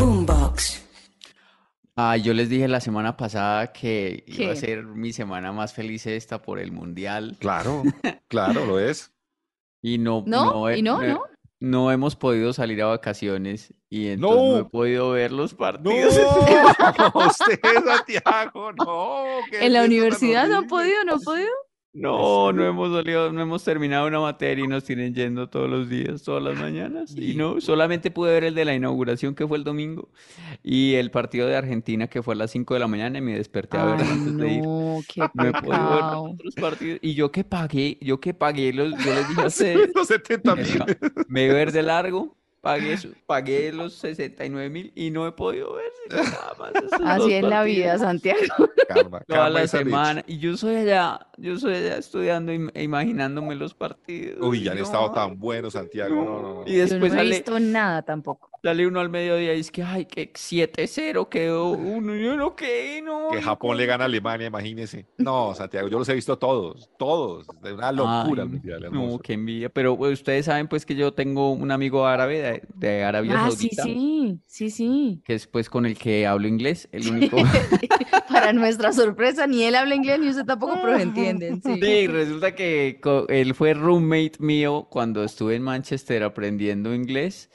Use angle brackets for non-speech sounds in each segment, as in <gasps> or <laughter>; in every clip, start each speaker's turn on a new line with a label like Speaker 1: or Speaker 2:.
Speaker 1: Xbox.
Speaker 2: Ah, yo les dije la semana pasada que iba a
Speaker 3: ¿Qué?
Speaker 2: ser mi semana más feliz esta por el mundial
Speaker 1: Claro, claro, lo es.
Speaker 2: y no,
Speaker 3: ¿No?
Speaker 2: no, he-
Speaker 3: ¿Y no?
Speaker 2: no he-
Speaker 3: ¿No?
Speaker 2: no hemos podido salir a vacaciones y entonces no,
Speaker 1: ¡No!
Speaker 2: he podido ver los
Speaker 1: <laughs> No,
Speaker 2: partidos. <laughs>
Speaker 1: usted, Santiago, no. ¿qué es
Speaker 3: ¿En la
Speaker 1: esto tan
Speaker 3: universidad no ha
Speaker 1: horrible? <laughs>
Speaker 3: podido, no ha podido?
Speaker 2: No, no hemos salido, no hemos terminado una materia y nos tienen yendo todos los días, todas las mañanas. Y no, solamente pude ver el de la inauguración que fue el domingo y el partido de Argentina que fue a las 5 de la mañana y me desperté a verlo
Speaker 3: Ay,
Speaker 2: antes de ir.
Speaker 3: no, qué
Speaker 2: No
Speaker 1: <laughs>
Speaker 2: he podido ver los
Speaker 3: pecado.
Speaker 2: otros partidos. Y yo que pagué, yo que pagué los, yo les
Speaker 1: <laughs>
Speaker 2: dije a ustedes,
Speaker 1: Los 70
Speaker 2: me
Speaker 1: mil.
Speaker 2: iba- me iba a ver de largo, pagué, su- pagué los 69 mil y no he podido ver sino nada más esos dos
Speaker 3: Así es la vida,
Speaker 2: partidos
Speaker 3: Santiago.
Speaker 1: <laughs> Karma,
Speaker 2: toda
Speaker 1: karma
Speaker 2: la
Speaker 1: es Alich.
Speaker 2: semana. Y yo soy allá, yo soy allá estudiando im- e imaginándome los partidos.
Speaker 1: Uy,
Speaker 2: y
Speaker 1: ya han estado
Speaker 2: no,
Speaker 1: tan buenos, Santiago. No, no, no.
Speaker 2: Y
Speaker 3: Yo no
Speaker 2: después
Speaker 3: he
Speaker 2: sale,
Speaker 3: visto nada tampoco.
Speaker 2: sale uno al mediodía y es que, ay, que 7-0 quedó uno. Yo no quedé, no.
Speaker 1: Que
Speaker 2: yo
Speaker 1: Japón le
Speaker 2: cómo-
Speaker 1: gana a Alemania, imagínese. No, Santiago, yo los he visto todos, todos. De una locura
Speaker 2: Ay,
Speaker 1: el mundial,
Speaker 2: no,
Speaker 1: hermoso.
Speaker 2: qué envidia. Pero pues, ustedes saben, pues, que yo tengo un amigo árabe de, de Arabia
Speaker 3: Ah, sí,
Speaker 2: Saudita,
Speaker 3: sí, sí, sí.
Speaker 2: que es pues con el que hablo inglés, el único.
Speaker 3: <laughs> Para nuestra sorpresa, ni él habla inglés ni usted tampoco, pero se entienden, sí.
Speaker 2: Sí, resulta que co- él fue roommate mío cuando estuve en Manchester aprendiendo inglés,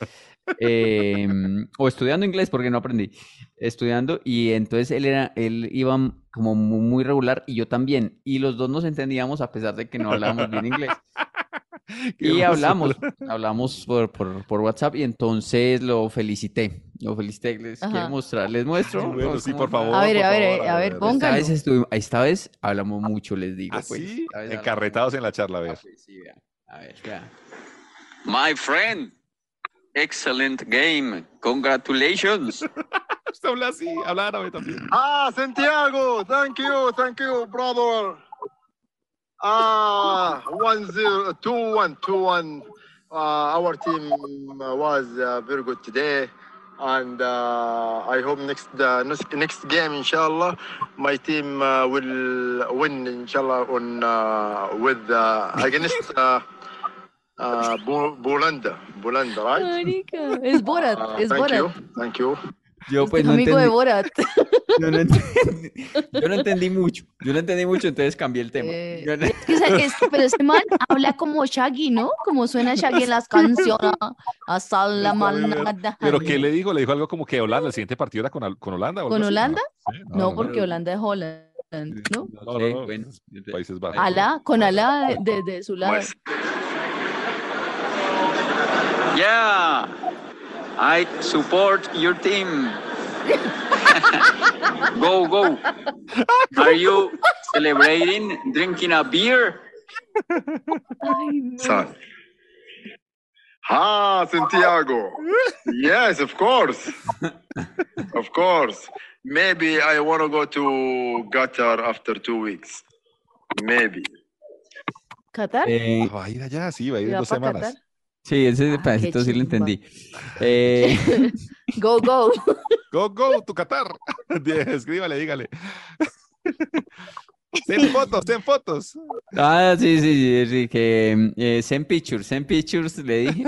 Speaker 2: em, o estudiando inglés porque no aprendí, estudiando, y entonces él era, él iba m- como mu- muy regular y yo también, y los dos nos entendíamos a pesar de que no hablábamos bien inglés.
Speaker 1: <laughs> Qué
Speaker 2: Y
Speaker 1: hermosura.
Speaker 2: hablamos, hablamos por, por, por WhatsApp y entonces lo felicité, lo felicité, les quiero
Speaker 3: Ajá.
Speaker 2: mostrar, les muestro.
Speaker 1: Ay, bueno,
Speaker 2: vamos
Speaker 1: sí,
Speaker 2: a
Speaker 1: por
Speaker 2: mostrar.
Speaker 1: favor,
Speaker 3: A ver,
Speaker 1: por
Speaker 3: a ver, a
Speaker 1: favor,
Speaker 3: ver,
Speaker 1: a ver.
Speaker 2: Esta
Speaker 3: póngalo.
Speaker 2: vez, estuvimos- esta vez hablamos mucho, les digo, pues. esta
Speaker 1: Así,
Speaker 2: vez hablamos Ah, pues
Speaker 1: encarretados ¿Ah, en la charla, a ver.
Speaker 2: a ver, My friend, excellent game. Congratulations.
Speaker 1: <laughs> Usted habla así, habla árabe también.
Speaker 4: Ah, Santiago, thank you, thank you, brother. Ah, one zero, two one, two one. Uh, our team was uh, very good today, and uh, I hope next uh, next- next game, inshallah, my team uh, will win, inshallah, on uh, with uh, against uh, uh, Bo- Bolanda, Bolanda, right?
Speaker 3: Marica, es Borat,
Speaker 1: Ah,
Speaker 4: Uh,
Speaker 3: es
Speaker 4: thank you,
Speaker 3: Borat.
Speaker 4: thank you.
Speaker 2: <laughs> Yo pues no
Speaker 3: Este amigo de
Speaker 2: entendí,
Speaker 3: Borat.
Speaker 2: yo no entendí, <laughs> yo no entendí mucho. Yo no entendí mucho, entonces cambié el tema.
Speaker 3: Eh,
Speaker 2: <laughs> Yo no-
Speaker 3: es que, sa- es- pero ese man habla como Shaggy, ¿no? Como suena Shaggy en las canciones. Hasta la
Speaker 1: Está muy bien.
Speaker 3: maldad.
Speaker 1: ¿Pero qué le dijo? Le dijo algo como que Holanda, el siguiente partido era con, Hol- con Holanda. o algo
Speaker 3: ¿Con
Speaker 1: así?
Speaker 3: Holanda?
Speaker 1: Sí, no,
Speaker 3: No,
Speaker 1: no,
Speaker 3: porque
Speaker 2: no.
Speaker 3: Holanda es Holanda, ¿no?
Speaker 2: <laughs> no pues,
Speaker 1: No, pues,
Speaker 2: sé,
Speaker 1: no, no,
Speaker 2: bueno,
Speaker 1: es
Speaker 2: yo te-
Speaker 1: Países Bajos.
Speaker 3: Alá, con Alá desde su lado.
Speaker 5: Yeah, I support your team. <laughs> go, go. Are you celebrating, drinking a beer?
Speaker 3: Ay, no.
Speaker 4: son. Ah, Santiago. yes, of course. of course. Maybe I want to go to Qatar after two weeks. Maybe.
Speaker 3: ¿Qatar?
Speaker 2: Eh,
Speaker 1: Ah, va a ir allá, sí, va a ir
Speaker 3: ¿Se
Speaker 1: en
Speaker 3: va
Speaker 1: dos
Speaker 3: pa' Qatar?
Speaker 1: semanas.
Speaker 2: sí, ese
Speaker 3: Ah, qué
Speaker 2: pedacito sí lo
Speaker 3: chimba.
Speaker 2: entendí. Eh, <laughs>
Speaker 3: Go,
Speaker 6: <laughs>
Speaker 3: go.
Speaker 1: Go, go, tu Qatar. <laughs>
Speaker 6: <laughs>
Speaker 1: Escríbale, dígale. Ten fotos, ten fotos.
Speaker 2: ah, sí, sí, sí, sí, que eh, send pictures, send pictures, le dije.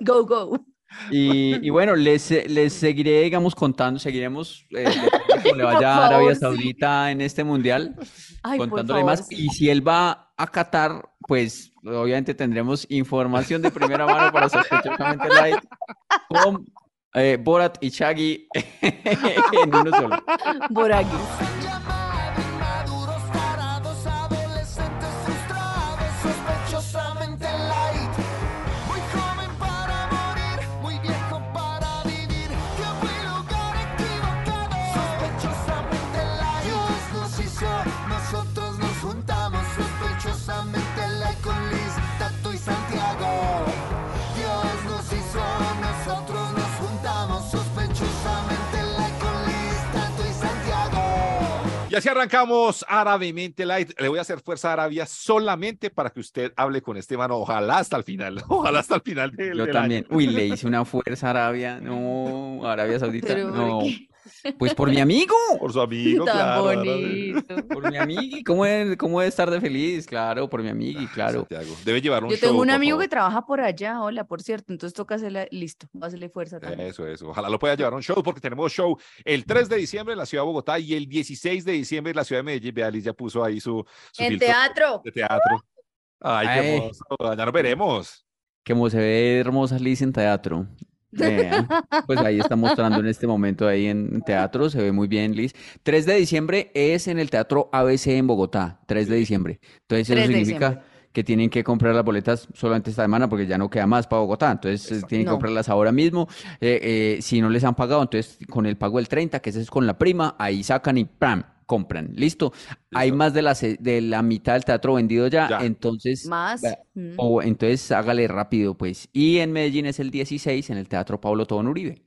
Speaker 3: Go, go.
Speaker 2: Y, y bueno, les, eh, les seguiré, digamos, contando, seguiremos eh, de
Speaker 3: <laughs>
Speaker 2: cómo le
Speaker 3: Por
Speaker 2: vaya a Arabia
Speaker 3: favor, sí.
Speaker 2: Saudita en este mundial,
Speaker 3: Ay, por
Speaker 2: contándole
Speaker 3: favor.
Speaker 2: más.
Speaker 3: sí.
Speaker 2: Y si él va a Qatar, pues obviamente tendremos información de primera mano para sospechosamente light con eh, Borat y Shaggy <laughs> en uno solo.
Speaker 1: <laughs>
Speaker 3: Boragui.
Speaker 7: Maduros tarados, adolescentes frustrados, sospechosamente light. Muy joven para morir, muy viejo para vivir. Tiempo y lugar equivocado, sospechosamente light. Dios nos hizo, nosotros nos juntamos, sospechosamente light con Liz, Tato y Santiago. Dios nos hizo, nosotros nos juntamos, sospechosamente light con Liz, Tato y Santiago.
Speaker 1: Y así arrancamos Árabemente Light. Le voy a hacer fuerza a Arabia solamente para que usted hable con este mano. Ojalá hasta el final. <laughs> Ojalá hasta el final. del-
Speaker 2: Yo
Speaker 1: del año.
Speaker 2: también. Uy, le hice una fuerza a Arabia. No, Arabia Saudita.
Speaker 3: Pero, ¿por
Speaker 2: No.
Speaker 3: qué?
Speaker 2: Pues por mi amigo.
Speaker 1: Por su amigo,
Speaker 6: Tan
Speaker 1: claro. ahora de-
Speaker 6: bonito.
Speaker 2: Por mi
Speaker 3: <laughs>
Speaker 2: amigui, ¿cómo debe, cómo debe estar de feliz? Claro, por mi amigui, claro.
Speaker 1: Santiago, Debe llevar un
Speaker 6: Yo tengo
Speaker 1: show,
Speaker 6: un
Speaker 1: por
Speaker 6: amigo que
Speaker 1: favor.
Speaker 6: trabaja por allá, hola, por cierto, entonces toca hacerle, listo, voy a hacerle fuerza también.
Speaker 1: Eso, eso. Ojalá lo pueda llevar a un show porque tenemos show el 3 de diciembre en la ciudad de Bogotá y el 16 de diciembre en la ciudad de Medellín. Vea, Liz ya puso ahí su, su
Speaker 6: En
Speaker 1: filtro
Speaker 6: teatro.
Speaker 1: de teatro. Ay, qué
Speaker 2: Ay.
Speaker 1: hermoso. Ya nos veremos.
Speaker 2: Que como se ve hermosa Liz en teatro.
Speaker 6: <laughs>
Speaker 2: Vea, pues ahí está mostrando en este momento ahí en teatro, se ve muy bien Liz. 3 de diciembre es en el Teatro ABC en Bogotá, 3 de diciembre. Entonces eso
Speaker 6: 3 de
Speaker 2: significa que tienen que comprar las boletas solamente esta semana porque ya no queda más para Bogotá, entonces eh, tienen que
Speaker 6: No.
Speaker 2: comprarlas ahora mismo. Eh, eh, si no les han pagado, entonces con el pago del 30, que ese es con la prima, ahí sacan y ¡pam! compran. ¿Listo? Hay
Speaker 1: Listo.
Speaker 2: más de la, se- de la mitad del teatro vendido ya,
Speaker 1: Ya.
Speaker 2: entonces...
Speaker 6: Más.
Speaker 2: vea,
Speaker 6: mm.
Speaker 1: oh,
Speaker 2: o entonces hágale rápido, pues. Y en Medellín es el 16 en el Teatro Pablo Tobón
Speaker 6: <laughs>
Speaker 2: Uribe.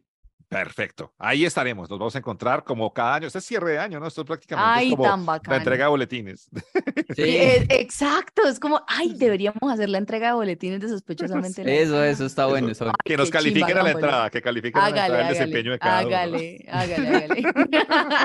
Speaker 1: Perfecto. Ahí estaremos. Nos vamos a encontrar como cada año. Este es cierre de año, ¿no? Esto prácticamente
Speaker 6: Ay,
Speaker 1: es como
Speaker 6: tan
Speaker 1: la
Speaker 6: bacán.
Speaker 1: entrega de boletines. <laughs>
Speaker 6: Sí, es- exacto, es como, ay, deberíamos hacer la entrega de boletines de sospechosamente. la-
Speaker 2: Eso, eso está bueno.
Speaker 1: Eso.
Speaker 2: eso.
Speaker 1: que
Speaker 6: qué
Speaker 1: nos califiquen
Speaker 6: chimba,
Speaker 1: a la
Speaker 6: tan bueno.
Speaker 1: entrada, que califiquen a la
Speaker 6: Hágale,
Speaker 1: entrada el
Speaker 6: hágale,
Speaker 1: desempeño de cada uno.
Speaker 6: hágale, hágale, hágale. <laughs>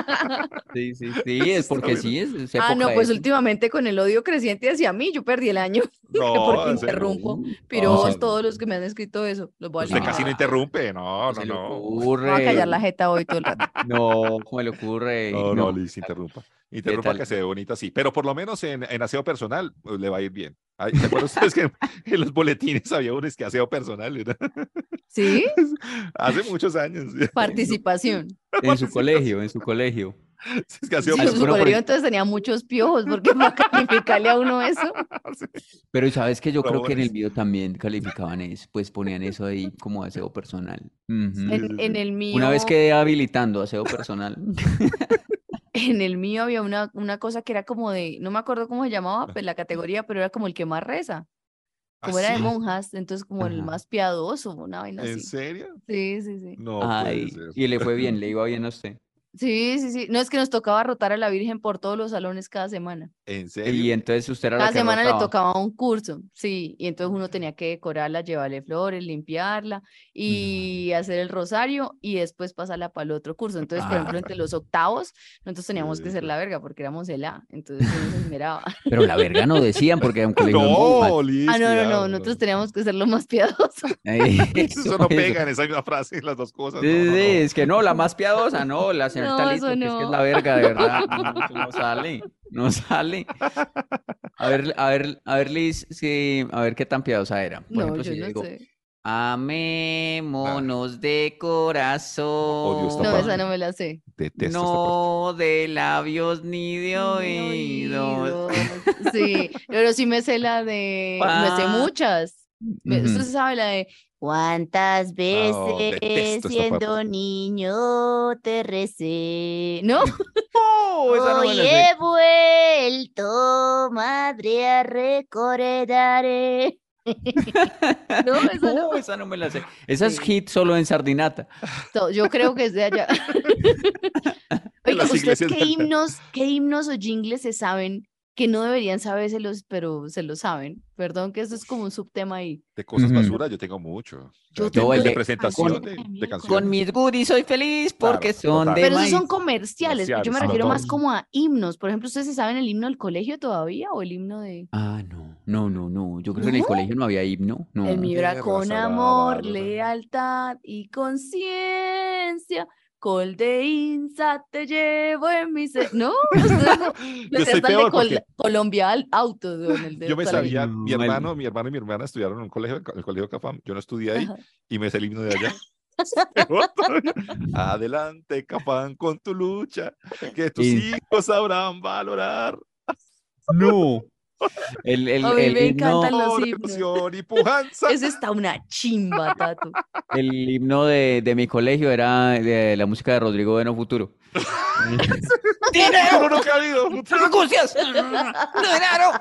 Speaker 2: Sí, sí, sí, es
Speaker 1: está
Speaker 2: porque
Speaker 1: bueno.
Speaker 2: sí, es, es
Speaker 6: ah, no,
Speaker 2: época
Speaker 6: pues
Speaker 2: de-
Speaker 6: últimamente con el odio creciente hacia mí, yo perdí el año. <laughs>
Speaker 1: No,
Speaker 6: Porque
Speaker 1: en serio.
Speaker 6: interrumpo.
Speaker 1: No,
Speaker 6: Pero
Speaker 1: o sea,
Speaker 6: todos los que me han escrito eso, los voy a
Speaker 1: Usted
Speaker 6: llamar.
Speaker 1: casi no interrumpe. No, no,
Speaker 2: se le
Speaker 1: no.
Speaker 6: Me voy a
Speaker 2: ocurre.
Speaker 6: callar la jeta hoy todo
Speaker 2: <laughs>
Speaker 6: el rato.
Speaker 2: No, ¿cómo le ocurre?
Speaker 1: No, no,
Speaker 2: No.
Speaker 1: Liz, interrumpa. Interrumpa
Speaker 2: tal?
Speaker 1: que se ve bonita, sí. Pero por lo menos en, en aseo personal pues, le va a ir bien. Ay, ¿Se acuerdan ustedes que <laughs> en, en los boletines había unos que aseo personal? era? <laughs>
Speaker 6: ¿Sí?
Speaker 1: Hace muchos años. <laughs>
Speaker 6: Participación.
Speaker 2: En su colegio, en su colegio.
Speaker 1: Es que
Speaker 6: Sí,
Speaker 1: aseo
Speaker 6: en su
Speaker 2: bueno,
Speaker 1: personal.
Speaker 2: pero-
Speaker 6: colegio entonces tenía muchos piojos,
Speaker 2: <laughs>
Speaker 6: porque para calificarle a uno eso.
Speaker 2: Pero sabes que yo creo que en el
Speaker 1: Rabones.
Speaker 2: mío también calificaban eso, pues ponían eso ahí como aseo personal. Ujú.
Speaker 1: Sí, sí,
Speaker 6: En,
Speaker 1: sí.
Speaker 6: en el mío.
Speaker 2: Una vez quedé habilitando aseo personal.
Speaker 6: En el mío había una, una cosa que era como de, no me acuerdo cómo se llamaba pues, la categoría, pero era como el que más reza, como era de
Speaker 1: ¿Así?
Speaker 6: monjas, entonces como el
Speaker 2: Ajá.
Speaker 6: más piadoso, una vaina
Speaker 1: ¿En
Speaker 6: así.
Speaker 1: serio?
Speaker 6: Sí, sí, sí.
Speaker 1: No.
Speaker 2: Ay,
Speaker 1: puede ser.
Speaker 2: y le fue bien, le iba bien a usted.
Speaker 6: Sí, sí, sí. No es que nos tocaba rotar a la Virgen por todos los salones cada semana.
Speaker 1: ¿En
Speaker 2: Y
Speaker 1: serio?
Speaker 2: entonces usted era la
Speaker 6: Cada
Speaker 2: que
Speaker 6: semana le
Speaker 2: rotaba.
Speaker 6: tocaba un curso, sí, y entonces uno tenía que decorarla, llevarle flores,
Speaker 2: Mm.
Speaker 6: limpiarla y hacer el rosario y después pasarla para el otro curso. Entonces, por
Speaker 2: Ah.
Speaker 6: ejemplo, entre los octavos, nosotros teníamos que ser la verga porque éramos el A, entonces uno se
Speaker 2: <laughs>
Speaker 6: esmeraba.
Speaker 2: Pero la verga no decían porque era un colegio de monjas.
Speaker 1: <laughs> No, Liz.
Speaker 6: Ah, no, no,
Speaker 1: cuidado,
Speaker 6: no, nosotros teníamos que ser los
Speaker 2: <laughs>
Speaker 6: más piadosos.
Speaker 2: Ay,
Speaker 1: <laughs> Eso, no pega en esa misma frase, las dos cosas.
Speaker 2: Sí,
Speaker 1: no, no,
Speaker 2: sí,
Speaker 1: no.
Speaker 2: es que no, la más piadosa, no, la señorita
Speaker 6: No,
Speaker 2: Liz,
Speaker 6: eso
Speaker 2: porque es que es
Speaker 6: no.
Speaker 2: la verga, de
Speaker 1: <laughs>
Speaker 2: verdad. No, eso no sale, no sale. A ver, a ver, a ver, Liz, sí, a ver qué tan piadosa era. Por
Speaker 6: No,
Speaker 2: ejemplo,
Speaker 6: yo
Speaker 2: si yo
Speaker 6: no
Speaker 2: pues digo,
Speaker 6: sé.
Speaker 2: amémonos de corazón,
Speaker 1: Odio esta
Speaker 6: No,
Speaker 1: parte.
Speaker 6: esa no me la sé.
Speaker 1: Detesto esta parte.
Speaker 2: no de labios ni de oídos. <laughs>
Speaker 6: Oídos. Sí, pero sí me sé la de, me sé
Speaker 2: Pa-
Speaker 6: muchas. Me-
Speaker 2: Ah. Ujú.
Speaker 6: Usted se sabe la de
Speaker 2: Ah,
Speaker 6: cuántas veces
Speaker 1: detesto esta parte.
Speaker 6: siendo niño te recé. No,
Speaker 2: No, esa no me la
Speaker 6: hoy
Speaker 2: sé.
Speaker 6: he vuelto, madre, a eh. recordaré. no, esa no.
Speaker 2: No, esa no me la sé. Esa es hit solo en Sardinata.
Speaker 6: To- Yo creo que es de
Speaker 1: <laughs>
Speaker 6: allá. Oiga,
Speaker 1: las
Speaker 6: ¿ustedes
Speaker 1: iglesias
Speaker 6: qué
Speaker 1: del-
Speaker 6: himnos, qué himnos o jingles se saben que no deberían sabérselos, pero se los saben? Perdón, que eso es como un subtema ahí.
Speaker 1: De cosas
Speaker 2: Ujú.
Speaker 1: basura yo tengo mucho.
Speaker 6: Yo
Speaker 2: tengo
Speaker 1: de,
Speaker 2: el de-
Speaker 1: presentación
Speaker 6: con-
Speaker 1: de, de
Speaker 6: con
Speaker 1: canciones.
Speaker 2: Con mis goodies soy feliz
Speaker 1: Claro,
Speaker 2: porque son
Speaker 1: total.
Speaker 2: de
Speaker 6: Pero esos
Speaker 2: maíz.
Speaker 6: son comerciales. Yo me
Speaker 1: Comerciales,
Speaker 6: refiero más
Speaker 1: total.
Speaker 6: como a himnos. Por ejemplo, ¿ustedes se saben el himno del colegio todavía o el himno de...
Speaker 2: Ah, no, no, no, no. Yo creo que en el
Speaker 6: ¿No?
Speaker 2: colegio no había himno.
Speaker 1: Mm,
Speaker 2: No.
Speaker 6: El mío era
Speaker 1: Tierra
Speaker 6: con
Speaker 1: sagrada,
Speaker 6: amor,
Speaker 1: yo no-
Speaker 6: lealtad y conciencia. Col de Insa te llevo en mi... se-". No, <laughs>
Speaker 1: <laughs>
Speaker 6: ustedes no-
Speaker 1: Yo
Speaker 6: Ustedes
Speaker 1: soy
Speaker 6: van de
Speaker 1: peor
Speaker 6: Col-
Speaker 1: porque
Speaker 6: Colombia al auto, weón, el de
Speaker 1: yo me
Speaker 6: toda la
Speaker 1: sabía,
Speaker 2: vida.
Speaker 1: mi
Speaker 2: No,
Speaker 1: hermano, mi hermano y mi hermana estudiaron en un colegio, en el colegio Cafam. Yo no estudié ahí
Speaker 6: Ajá.
Speaker 1: y me sé el himno de
Speaker 6: <laughs>
Speaker 1: allá. <laughs> Peor todavía. Adelante, Cafam, con tu lucha, que tus
Speaker 2: Y-
Speaker 1: hijos sabrán valorar
Speaker 2: No. El, el,
Speaker 6: A mí
Speaker 2: el
Speaker 6: me
Speaker 2: himno,
Speaker 6: encantan los
Speaker 1: amor,
Speaker 6: himnos.
Speaker 1: emoción
Speaker 6: <laughs>
Speaker 1: y <laughs> pujanza.
Speaker 6: Eso está una chimba, Tato.
Speaker 2: el himno de, de mi colegio era de la música de Rodrigo Bueno Futuro.
Speaker 1: Uno nunca
Speaker 6: <laughs>
Speaker 1: ha habido.
Speaker 2: ¡Angustias! ¡Dinero!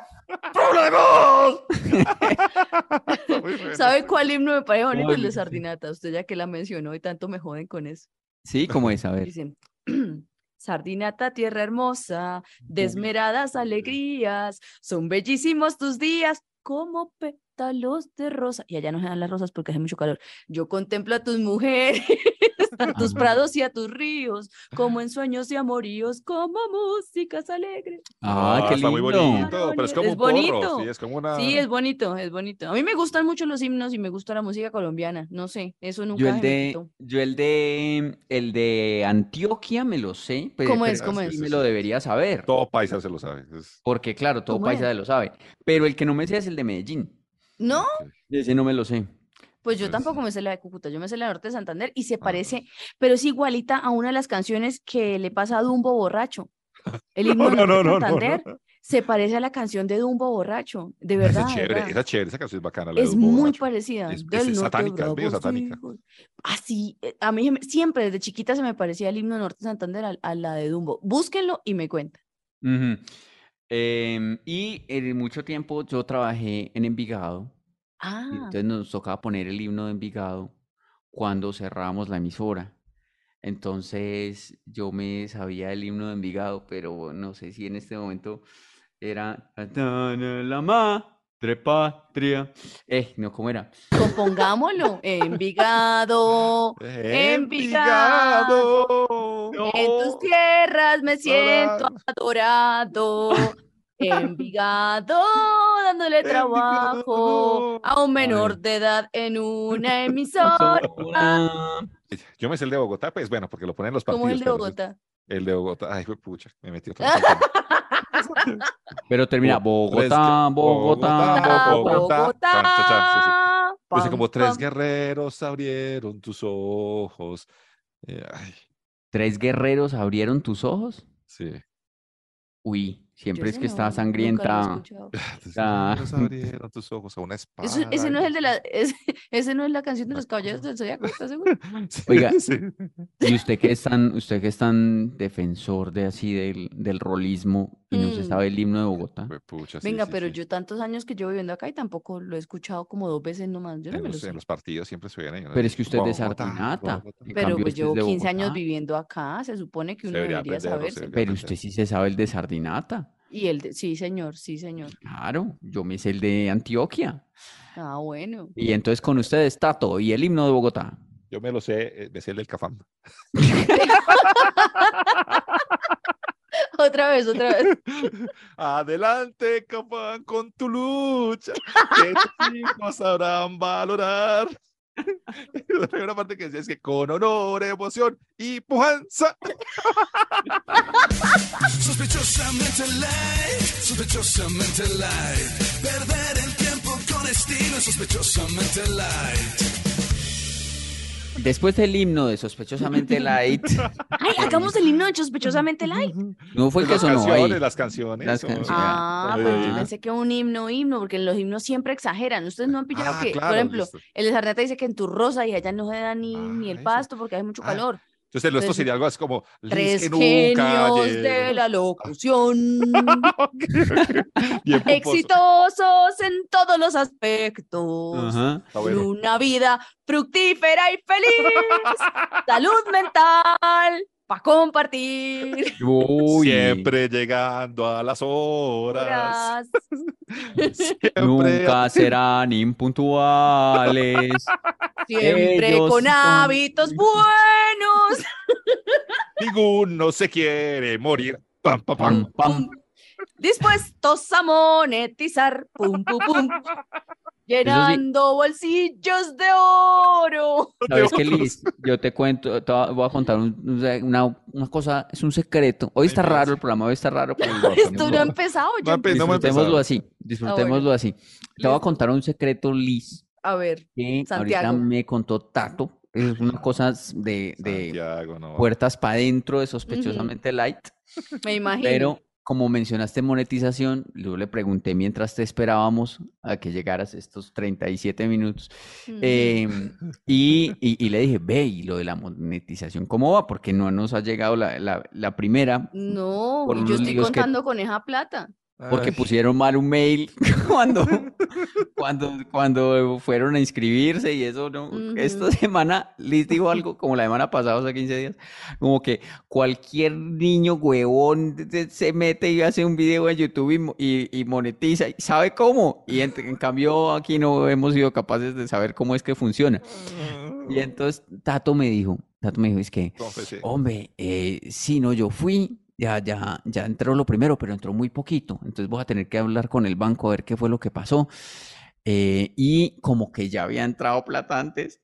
Speaker 1: ¡Problemas!
Speaker 6: <laughs>
Speaker 1: Está muy bueno.
Speaker 6: ¿Sabe cuál himno me parece bonito?
Speaker 2: Muy
Speaker 6: El de
Speaker 2: bien, sí.
Speaker 6: Sardinata. Usted ya que la mencionó y tanto me joden con eso.
Speaker 2: Sí, como es, a
Speaker 6: <laughs>
Speaker 2: ver.
Speaker 6: Dicen, <clears throat> Sardinata, tierra hermosa, desmeradas alegrías, son bellísimos tus días, como pétalos de rosa. Y allá no se dan las rosas porque hace mucho calor. Yo contemplo a tus mujeres. <laughs> a tus
Speaker 2: Ajá.
Speaker 6: prados y a tus ríos, como en sueños y amoríos, como músicas alegres.
Speaker 2: Ah, qué
Speaker 1: está
Speaker 2: lindo.
Speaker 1: muy bonito, pero es como
Speaker 6: Es
Speaker 1: un porro,
Speaker 6: bonito.
Speaker 1: sí, es como una...
Speaker 6: Sí, es bonito, es bonito. A mí me gustan mucho los himnos y me gusta la música colombiana. No sé, eso nunca
Speaker 2: Yo
Speaker 6: se
Speaker 2: el
Speaker 6: me
Speaker 2: de,
Speaker 6: quitó.
Speaker 2: yo el de, el de Antioquia me lo sé, pe-
Speaker 6: ¿Cómo
Speaker 2: pero
Speaker 6: es? ¿Cómo
Speaker 2: sí
Speaker 1: es?
Speaker 2: me lo debería saber,
Speaker 1: Todo paisa se lo sabe. es-
Speaker 2: porque claro, todo
Speaker 6: ¿Cómo
Speaker 2: paisa lo sabe, pero el que no me sé es el de Medellín,
Speaker 6: No,
Speaker 2: ese no me lo sé.
Speaker 6: Pues yo
Speaker 1: Pues-
Speaker 6: tampoco me sé la de Cúcuta, yo me sé la de Norte de Santander y se
Speaker 1: Ah.
Speaker 6: parece, pero es igualita a una de las canciones que le pasa a Dumbo
Speaker 1: <laughs>
Speaker 6: Borracho. El himno de
Speaker 1: no,
Speaker 6: Norte de
Speaker 1: no, no, no, no.
Speaker 6: Santander se parece a la canción de Dumbo Borracho, de
Speaker 1: Esa
Speaker 6: verdad.
Speaker 1: es
Speaker 6: de
Speaker 1: chévere,
Speaker 6: verdad.
Speaker 1: esa es chévere, esa canción es bacana. la de
Speaker 6: Es
Speaker 1: Dumbo
Speaker 6: muy
Speaker 1: Borracho.
Speaker 6: parecida.
Speaker 1: Es-
Speaker 6: del
Speaker 1: es
Speaker 6: norte,
Speaker 1: satánica, es medio
Speaker 6: bravos
Speaker 1: satánica.
Speaker 6: hijos. Así, eh, a mí me- siempre desde chiquita se me parecía el himno de Norte de Santander al- a, la de Dumbo. Búsquenlo y me cuentan.
Speaker 2: Ujú. Em, y en mucho tiempo yo trabajé en Envigado, y
Speaker 6: Ah,
Speaker 2: entonces nos tocaba poner el himno de Envigado cuando cerrábamos la emisora. Entonces yo me sabía el himno de Envigado, pero no sé si en este momento era la madre patria. Eh, no, ¿cómo era?
Speaker 6: compongámoslo. Envigado,
Speaker 1: Envigado.
Speaker 6: En tus tierras me siento
Speaker 1: Adorado.
Speaker 6: adorado, envigado, dándole trabajo a un menor de edad en una emisora.
Speaker 2: Ahora,
Speaker 1: Yo me sé el de Bogotá, pues bueno, porque lo ponen en los partidos.
Speaker 6: ¿Cómo es el de
Speaker 1: pero sí,
Speaker 6: Bogotá?
Speaker 1: El de Bogotá. Ay, fue pucha, me metí otra vez. al tema.
Speaker 2: <laughs> Pero termina,
Speaker 1: Bo- tres
Speaker 2: Bogotá,
Speaker 1: gue-
Speaker 2: Bogotá,
Speaker 1: Bogotá,
Speaker 6: Ah,
Speaker 2: Bogotá.
Speaker 1: Bogotá. Chan, chan, chan, sí, sí. Dice
Speaker 6: <laughs> pam,
Speaker 1: como tres
Speaker 6: pam.
Speaker 1: guerreros abrieron tus ojos. Eh, ay,
Speaker 2: ¿Tres guerreros abrieron tus ojos?
Speaker 1: sí.
Speaker 2: Uy,
Speaker 6: Yo
Speaker 2: siempre es
Speaker 6: ese
Speaker 2: que está
Speaker 6: no, nunca lo he
Speaker 2: sangrienta.
Speaker 6: escuchado.
Speaker 1: Tres
Speaker 2: Ah.
Speaker 1: guerreros abrieron tus ojos a una espada.
Speaker 6: Eso- ese no es el de
Speaker 1: y-
Speaker 6: la, ese, <laughs> ese no es la canción de
Speaker 1: Una
Speaker 6: los caballeros del Zodiaco, ¿estás seguro?
Speaker 1: <laughs> Sí,
Speaker 2: <laughs> Oiga. Ah.
Speaker 1: sí.
Speaker 2: Y usted que es tan, usted que es tan defensor de así del, del rolismo y no se
Speaker 6: Mm.
Speaker 2: sabe el himno de Bogotá.
Speaker 1: Fue pucha, sí,
Speaker 6: Venga,
Speaker 1: sí,
Speaker 6: pero
Speaker 1: sí.
Speaker 6: yo tantos años que llevo viviendo acá y tampoco lo he escuchado como dos veces nomás. Yo no
Speaker 1: en,
Speaker 6: me lo
Speaker 1: los, en
Speaker 6: sé.
Speaker 1: los partidos siempre suena. ahí, ¿no?
Speaker 2: Pero es que usted es de
Speaker 1: Bogotá,
Speaker 2: Sardinata.
Speaker 1: Bogotá.
Speaker 2: En
Speaker 6: Pero
Speaker 2: cambio,
Speaker 6: pues
Speaker 1: este
Speaker 2: usted es
Speaker 6: llevo
Speaker 2: de
Speaker 6: 15 años
Speaker 2: Bogotá.
Speaker 6: viviendo acá, se supone que
Speaker 1: Se
Speaker 6: uno
Speaker 1: debería
Speaker 6: debería,
Speaker 1: aprenderlo, se
Speaker 6: saberse.
Speaker 1: debería
Speaker 2: Pero usted
Speaker 1: aprender.
Speaker 2: sí se sabe el de Sardinata.
Speaker 6: Y el de- sí, señor, sí, señor.
Speaker 2: Claro, yo me sé el de Antioquia.
Speaker 6: Ah, bueno. <laughs>
Speaker 2: Y entonces con ustedes, Tato, y el himno de Bogotá.
Speaker 1: Yo me lo sé, eh, me sé el del Cafam.
Speaker 6: Otra vez, otra vez.
Speaker 1: Adelante, Cafam, con tu lucha, que tus
Speaker 6: <laughs>
Speaker 1: hijos sabrán valorar. <laughs> La primera parte que decía es que con honor, emoción y pujanza.
Speaker 7: Sospechosamente light, sospechosamente light. Perder el tiempo con estilo, es sospechosamente light.
Speaker 2: Después del himno de Sospechosamente
Speaker 1: <laughs>
Speaker 2: Light,
Speaker 6: <laughs> Ay, hagamos el himno de sospechosamente light.
Speaker 2: no fue el Pues que
Speaker 1: Las
Speaker 2: sonó ahí.
Speaker 1: canciones, las canciones.
Speaker 2: Las
Speaker 1: o-
Speaker 2: canciones.
Speaker 6: Ah,
Speaker 1: Ay,
Speaker 6: pues
Speaker 1: ay,
Speaker 6: yo
Speaker 1: ay.
Speaker 6: pensé que un himno, himno, porque los himnos siempre exageran. Ustedes no han pillado
Speaker 1: Ah,
Speaker 6: que,
Speaker 1: claro,
Speaker 6: por ejemplo,
Speaker 1: listo.
Speaker 6: el de Sarneta dice que en tu rosa y allá no se da ni, ni
Speaker 1: Ah,
Speaker 6: el
Speaker 1: eso.
Speaker 6: pasto porque hay mucho
Speaker 1: Ah,
Speaker 6: calor.
Speaker 1: Entonces, esto
Speaker 6: Pues,
Speaker 1: sería algo así como. "Liz
Speaker 6: Tres
Speaker 1: que nunca
Speaker 6: genios
Speaker 1: llegó".
Speaker 6: de
Speaker 1: <laughs>
Speaker 6: la locución. <laughs>
Speaker 1: Bien pomposo.
Speaker 6: exitosos en todos los aspectos.
Speaker 2: Ajá.
Speaker 1: Está Ah, bueno.
Speaker 6: Una vida fructífera y feliz. Salud mental para compartir.
Speaker 2: Uy,
Speaker 1: Siempre llegando a las
Speaker 6: horas.
Speaker 1: horas. Siempre
Speaker 2: Nunca serán
Speaker 1: <laughs>
Speaker 2: impuntuales.
Speaker 6: Siempre
Speaker 2: Ellos
Speaker 6: con
Speaker 2: son-
Speaker 6: hábitos buenos.
Speaker 1: Ninguno se quiere morir. Pam, pam, pam.
Speaker 2: Pam, pam.
Speaker 6: Dispuestos a monetizar. Pum, pum, pum. Llenando bolsillos de
Speaker 1: <laughs>
Speaker 6: oro.
Speaker 2: ¿Sabes qué, Liz? Yo te cuento, te va- voy a contar un- un se- una, una cosa, es un secreto. Hoy
Speaker 1: Ay,
Speaker 2: está
Speaker 1: Dios.
Speaker 2: raro el programa, hoy está raro.
Speaker 6: <laughs>
Speaker 2: pero no importa, no
Speaker 6: Esto no ha
Speaker 2: importa.
Speaker 6: empezado.
Speaker 1: No ha
Speaker 6: Yo...
Speaker 1: empe- pues, no hemos
Speaker 2: disfrutémoslo
Speaker 1: empezado.
Speaker 2: así, disfrutémoslo así. Te voy a
Speaker 6: Ah, Listo.
Speaker 2: contar un secreto, Liz,
Speaker 6: A ver,
Speaker 2: que ahorita
Speaker 6: Santiago. Ah,
Speaker 2: me contó Tato. Es una cosa de, de
Speaker 1: Santiago, no.
Speaker 2: puertas para adentro, de sospechosamente light.
Speaker 6: me imagino.
Speaker 2: Pero como mencionaste monetización, yo le pregunté mientras te esperábamos a que llegaras estos 37 minutos.
Speaker 6: Ujú.
Speaker 2: em, y, y- y le dije, ve, y lo de la monetización, ¿cómo va? Porque no nos ha llegado la, la- la primera,
Speaker 6: No,
Speaker 2: por
Speaker 6: y yo
Speaker 2: unos
Speaker 6: estoy
Speaker 2: líos que-
Speaker 6: contando con esa plata.
Speaker 2: porque
Speaker 1: Ay,
Speaker 2: pusieron mal un mail <laughs> cuando, cuando, cuando fueron a inscribirse y eso no. Esta
Speaker 6: Ujú.
Speaker 2: semana les digo algo como la semana pasada, hace 15 días, como que cualquier niño huevón de- de- se mete y hace un video en YouTube y, mo- y- y monetiza, y sabe cómo. Y en, en cambio aquí no hemos sido capaces de saber cómo es que funciona. Y entonces Tato me dijo, Tato me dijo, es que,
Speaker 1: Confesé.
Speaker 2: hombre, eh, sí, no, yo fui, ya, ya, ya entró lo primero, pero entró muy poquito. Entonces voy a tener que hablar con el banco a ver qué fue lo que pasó. Eh, y como que ya había entrado plata antes,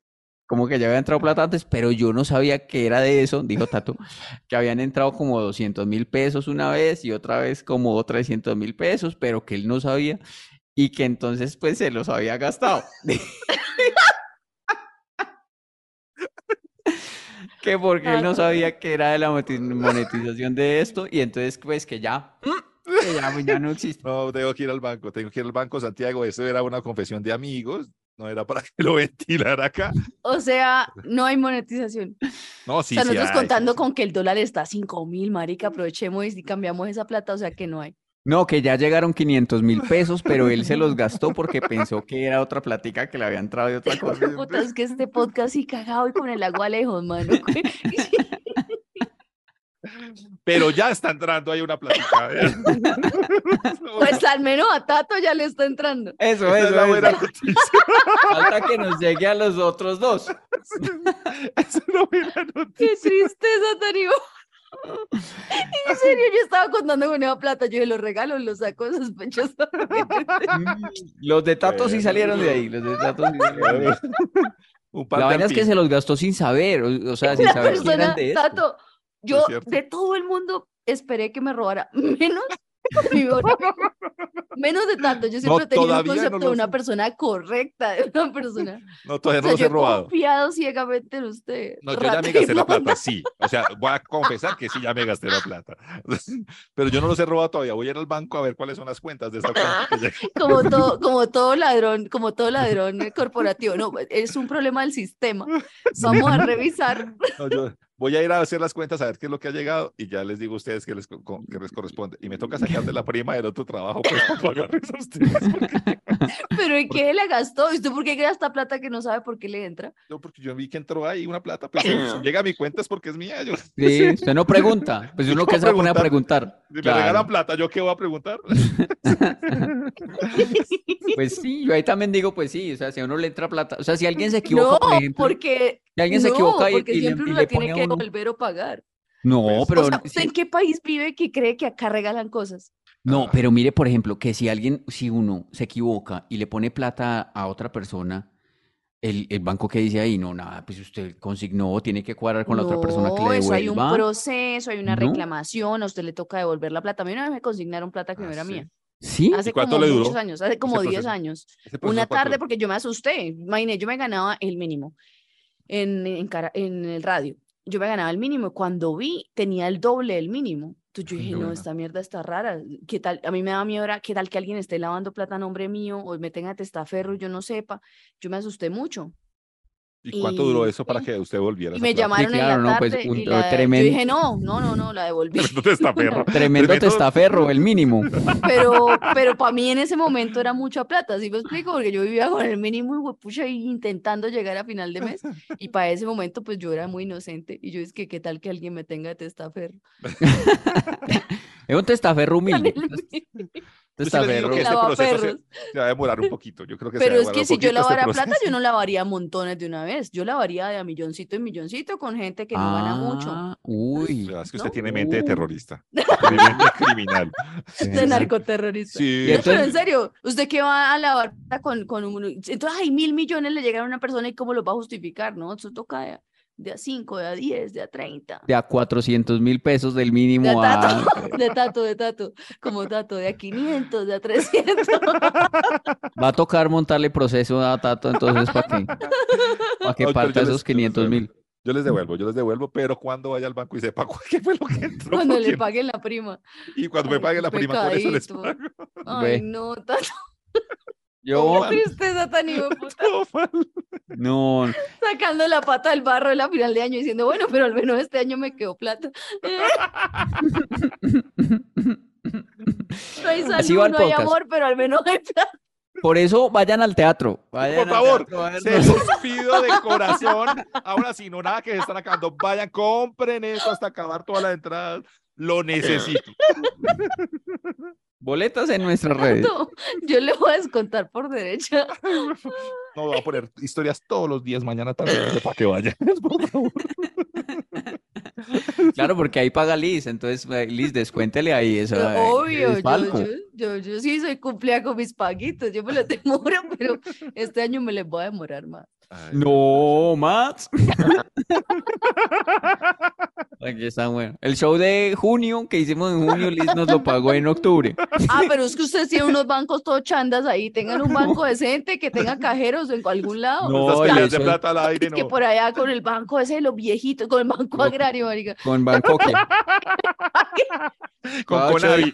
Speaker 2: como que ya había entrado plata antes, pero yo no sabía que era de eso, dijo Tato, que habían entrado como 200 mil pesos una vez y otra vez como 300 mil pesos, pero que él no sabía y que entonces pues se los había gastado. <laughs> que porque él no sabía que era de la moneti- monetización de esto y entonces pues que ya, que ya, pues, ya no existe.
Speaker 1: No, tengo que ir al banco, tengo que ir al banco, Santiago. Eso era una confesión de amigos, no era para que <laughs> lo ventilara acá.
Speaker 6: O sea, no hay monetización.
Speaker 1: No, sí,
Speaker 6: o sea,
Speaker 1: sí
Speaker 6: nosotros
Speaker 1: hay, sí,
Speaker 6: contando
Speaker 1: sí.
Speaker 6: con que el dólar está a 5 mil, marica, aprovechemos y cambiamos esa plata, o sea que no
Speaker 1: <laughs>
Speaker 6: hay.
Speaker 2: No, que ya llegaron 500 mil pesos, pero él se los gastó porque pensó que era otra platica que le había entrado de otra cosa.
Speaker 6: Puta, es que este podcast sí cagado y con el agua lejos, mano.
Speaker 1: <laughs> Pero ya está entrando ahí una plática.
Speaker 6: <laughs>
Speaker 1: ¿eh?
Speaker 2: <laughs>
Speaker 6: Pues al menos a Tato ya le está entrando.
Speaker 2: Eso,
Speaker 1: <laughs> Esa es
Speaker 2: eso,
Speaker 1: la
Speaker 2: eso.
Speaker 1: buena noticia. <laughs>
Speaker 2: Falta que nos llegue a los otros dos.
Speaker 1: Esa es la
Speaker 2: <laughs>
Speaker 1: buena
Speaker 6: Qué
Speaker 1: noticia.
Speaker 6: tristeza,
Speaker 1: <laughs>
Speaker 6: Tarío. <laughs> En serio, yo estaba contando con esa plata, yo de los regalos los saco sospechosamente.
Speaker 2: Mm, <laughs> Los de Tato sí
Speaker 1: Bueno.
Speaker 2: salieron de ahí. Los de Tato sí salieron de ahí.
Speaker 1: Un par
Speaker 2: La
Speaker 1: de
Speaker 2: vaina es que
Speaker 1: alpin-
Speaker 2: se los gastó sin saber, o, o
Speaker 6: <laughs>
Speaker 2: sea, sin
Speaker 6: La
Speaker 2: saber si eran
Speaker 6: persona,
Speaker 2: de esto.
Speaker 6: Tato, yo
Speaker 1: cierto.
Speaker 6: de todo el mundo esperé que me robara <laughs> menos mi mejor amigo. Menos de Tato, yo siempre he tenido un
Speaker 1: todavía no
Speaker 6: concepto de
Speaker 1: lo
Speaker 6: una
Speaker 1: sé.
Speaker 6: persona correcta, de una persona.
Speaker 1: No,
Speaker 6: O
Speaker 1: todavía
Speaker 6: sea,
Speaker 1: no los
Speaker 6: yo
Speaker 1: he
Speaker 6: he
Speaker 1: robado.
Speaker 6: confiado ciegamente en usted.
Speaker 1: No, yo ya
Speaker 6: rata
Speaker 1: me gasté
Speaker 6: <laughs>
Speaker 1: la
Speaker 6: inmunda.
Speaker 1: plata, sí. O sea, voy a confesar que sí, ya me gasté la plata. <laughs> Pero yo no los he robado todavía. Voy a ir al banco a ver cuáles son las cuentas de esa cuenta. que llegué.
Speaker 6: Como todo, como todo ladrón, como todo ladrón eh, corporativo. No, es un problema del sistema. Vamos a revisar. <laughs>
Speaker 1: No, yo voy a ir a hacer las cuentas a ver qué es lo que ha llegado y ya les digo a ustedes qué les, co- co- qué les corresponde. Y me toca sacar de la prima del otro trabajo pues, para pagarles a ustedes.
Speaker 2: <laughs>
Speaker 1: porque-
Speaker 6: Pero ¿en qué la gastó? ¿Y usted por qué gasta plata que no sabe por qué le entra?
Speaker 1: no, porque yo vi que entró ahí una plata, pues si llega a mi cuenta es porque es mía. Yo,
Speaker 2: Sí, usted no pregunta. Pues uno
Speaker 1: ¿Cómo
Speaker 2: que se va a poner a preguntar.
Speaker 1: si me
Speaker 2: Claro.
Speaker 1: regalan plata, ¿yo qué voy
Speaker 2: <laughs>
Speaker 1: a preguntar?
Speaker 2: Pues sí, yo ahí también digo, pues sí, o sea, si a uno le entra plata, o sea, si alguien se equivoca,
Speaker 6: no,
Speaker 2: por ejemplo,
Speaker 6: porque
Speaker 2: si alguien se
Speaker 6: no,
Speaker 2: equivoca y,
Speaker 6: porque
Speaker 2: y le,
Speaker 6: siempre
Speaker 2: y
Speaker 6: uno
Speaker 2: le
Speaker 6: la
Speaker 2: pone
Speaker 6: tiene
Speaker 2: a
Speaker 6: que
Speaker 2: uno,
Speaker 6: volver o pagar.
Speaker 2: no,
Speaker 1: Pues, o
Speaker 2: pero
Speaker 6: o sea,
Speaker 2: si-
Speaker 6: ¿usted ¿en qué país vive que cree que acá regalan cosas?
Speaker 2: no,
Speaker 1: Ah.
Speaker 2: pero mire, por ejemplo, que si alguien, si uno se equivoca y le pone plata a otra persona, el, el banco que dice ahí, no, nada, pues usted consignó, tiene que cuadrar con la otra persona que
Speaker 6: No,
Speaker 2: le
Speaker 6: eso hay un
Speaker 2: devuelva.
Speaker 6: proceso, hay una
Speaker 2: ¿no?
Speaker 6: reclamación, a usted le toca devolver la plata. A mí una vez me consignaron plata que
Speaker 1: Ah,
Speaker 6: no era
Speaker 1: sí.
Speaker 6: mía.
Speaker 2: Sí,
Speaker 6: Hace
Speaker 1: cuánto
Speaker 6: como
Speaker 1: le duró
Speaker 6: muchos años, hace como 10
Speaker 1: proceso?
Speaker 6: años.
Speaker 1: Ese
Speaker 2: Pues
Speaker 1: proceso
Speaker 6: Una
Speaker 1: cuánto
Speaker 6: tarde
Speaker 1: dura?
Speaker 6: porque yo me asusté. Imaginé, yo me ganaba el mínimo en, en, cara- en el radio. Yo me ganaba el mínimo. y Cuando vi, tenía el doble del mínimo. Entonces yo
Speaker 2: Ay,
Speaker 6: dije,
Speaker 2: no,
Speaker 6: no,
Speaker 2: no.
Speaker 6: esta mierda está rara. ¿Qué tal? A mí me da miedo, era, ¿qué tal que alguien esté lavando plata a nombre mío o me tenga testaferro y yo no sepa? Yo me asusté mucho.
Speaker 1: ¿Y cuánto duró
Speaker 6: y-
Speaker 1: eso para que usted
Speaker 6: Y
Speaker 1: volviera?
Speaker 6: me
Speaker 1: esa <laughs> plata?
Speaker 6: llamaron
Speaker 2: claro,
Speaker 6: en la
Speaker 2: no,
Speaker 6: tarde
Speaker 2: pues, un-
Speaker 6: y la-
Speaker 2: tremen-
Speaker 6: yo dije, no, no, no, <laughs> no, la devolví.
Speaker 2: <laughs>
Speaker 1: Tremendo
Speaker 2: <laughs>
Speaker 1: testaferro.
Speaker 2: tremendo
Speaker 1: Tremendo-
Speaker 2: testaferro, el
Speaker 6: <laughs>
Speaker 2: mínimo.
Speaker 6: pero, pero para mí en ese momento era mucha plata, ¿sí me explico? Porque yo vivía con el mínimo huepucha y intentando llegar a final de mes. Y para ese momento, pues yo era muy inocente. Y yo es que, ¿qué tal que alguien me tenga de testaferro?
Speaker 2: Es un testaferro
Speaker 6: Con
Speaker 2: humilde. <laughs> un
Speaker 6: el mí-
Speaker 1: Yo sí les digo
Speaker 2: Testaferro.
Speaker 1: que ese
Speaker 6: Lavaperros.
Speaker 1: proceso se, se va a demorar un poquito. Yo creo que se va
Speaker 6: Pero
Speaker 1: a
Speaker 6: es
Speaker 1: demorar
Speaker 6: que
Speaker 1: un
Speaker 6: si yo
Speaker 1: poquito este
Speaker 6: lavara
Speaker 1: proceso.
Speaker 6: plata, yo no lavaría montones de una vez. Yo lavaría de a milloncito en milloncito con gente que no gana mucho.
Speaker 2: Ah, uy.
Speaker 1: Claro, es que
Speaker 6: ¿no?
Speaker 1: usted tiene mente de
Speaker 2: Uh.
Speaker 1: terrorista, tiene mente de criminal.
Speaker 6: <laughs>
Speaker 2: <laughs>
Speaker 6: <laughs> De narcoterrorista.
Speaker 1: Sí,
Speaker 2: Y
Speaker 6: No, pero
Speaker 2: entonces-
Speaker 6: en serio, ¿usted qué va a lavar plata con, con un... Entonces, hay mil millones le llegan a una persona y cómo los va a justificar, ¿no? Eso toca de, a- de a 5, de a 10, de a 30.
Speaker 2: De a 400 mil pesos del
Speaker 6: De a
Speaker 2: mínimo a...
Speaker 6: tato, <laughs> de tato, de tato, como tato, de a 500, de a
Speaker 1: <laughs>
Speaker 6: 300.
Speaker 2: Va a tocar montarle proceso a Tato entonces para
Speaker 6: <laughs>
Speaker 2: que, para que
Speaker 1: No, pero
Speaker 2: parta
Speaker 1: yo les-
Speaker 2: esos
Speaker 1: yo les
Speaker 2: 500 mil.
Speaker 1: yo les devuelvo, yo les devuelvo, pero cuando vaya al banco y sepa <laughs> cu- qué fue lo que entró.
Speaker 6: Cuando
Speaker 1: por
Speaker 6: le
Speaker 1: quién-
Speaker 6: paguen la prima.
Speaker 1: y cuando me
Speaker 6: Ay,
Speaker 1: pague
Speaker 6: qué
Speaker 1: la prima, por eso les
Speaker 6: pecadito.
Speaker 1: pago.
Speaker 6: Ay,
Speaker 2: Ve.
Speaker 6: no, tato,
Speaker 2: Yo,
Speaker 1: <laughs>
Speaker 6: qué tristeza tan hijo de puta,
Speaker 1: Todo mal.
Speaker 2: <laughs> no,
Speaker 6: sacando la pata del barro en la final de año diciendo, bueno, pero al menos este año me quedó plata. <laughs> No hay salud,
Speaker 2: Así va el
Speaker 6: no hay
Speaker 2: podcast.
Speaker 6: amor, pero al menos hay plata.
Speaker 2: por eso vayan al teatro. vayan al
Speaker 1: favor,
Speaker 2: teatro a ver
Speaker 1: Se
Speaker 2: los-
Speaker 1: los pido de corazón. Ahora sí, no nada que se están acabando. Vayan, compren eso hasta acabar todas las entradas. Lo necesito.
Speaker 2: boletas en nuestras redes.
Speaker 6: No, yo le voy a descontar por derecha.
Speaker 1: No voy a poner historias todos los días, mañana también, para que vayan, <laughs> por favor.
Speaker 2: Claro, porque ahí paga Liz, entonces eh, Liz, descuéntele ahí eso.
Speaker 6: Pero
Speaker 2: eh,
Speaker 6: Obvio,
Speaker 2: desfalco.
Speaker 6: yo, yo, yo, yo sí soy cumplida con mis paguitos, yo me los <laughs> demoro, pero este año me les voy a demorar más.
Speaker 1: Ay,
Speaker 2: No, Max. <laughs> Aquí está bueno. El show de junio que hicimos en junio, Liz nos lo pagó en octubre.
Speaker 6: Ah, pero es que ustedes tienen unos bancos todos chandas ahí, tengan un
Speaker 2: <laughs>
Speaker 6: banco decente, que tenga cajeros en algún lado.
Speaker 2: No,
Speaker 1: esas
Speaker 2: y
Speaker 1: peleas
Speaker 2: eso-
Speaker 1: de plata al aire,
Speaker 6: que
Speaker 1: no.
Speaker 6: por allá con el banco ese de los viejitos, con el banco
Speaker 2: No.
Speaker 6: agrario, marica,
Speaker 2: Con Bangkok.
Speaker 1: Con Conavi,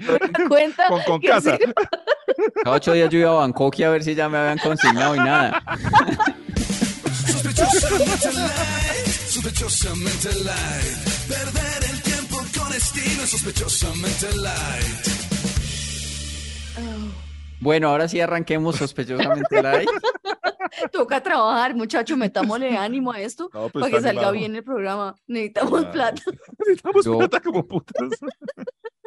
Speaker 6: cuenta
Speaker 1: con,
Speaker 6: <laughs>
Speaker 1: con
Speaker 6: que sí,
Speaker 1: casa.
Speaker 2: Cada ocho días yo iba a Bangkok y a ver si ya me habían consignado y nada.
Speaker 7: Sospechosamente light, sospechosamente light. Perder el tiempo con estilo es sospechosamente light.
Speaker 2: Bueno, ahora sí arranquemos sospechosamente la
Speaker 6: toca trabajar, muchachos, metámosle ánimo a esto
Speaker 1: No, pues
Speaker 6: para que
Speaker 1: está
Speaker 6: salga
Speaker 1: animado.
Speaker 6: bien el programa. Necesitamos
Speaker 1: Ah,
Speaker 6: plata.
Speaker 1: Necesitamos
Speaker 2: Yo-
Speaker 1: plata como putas.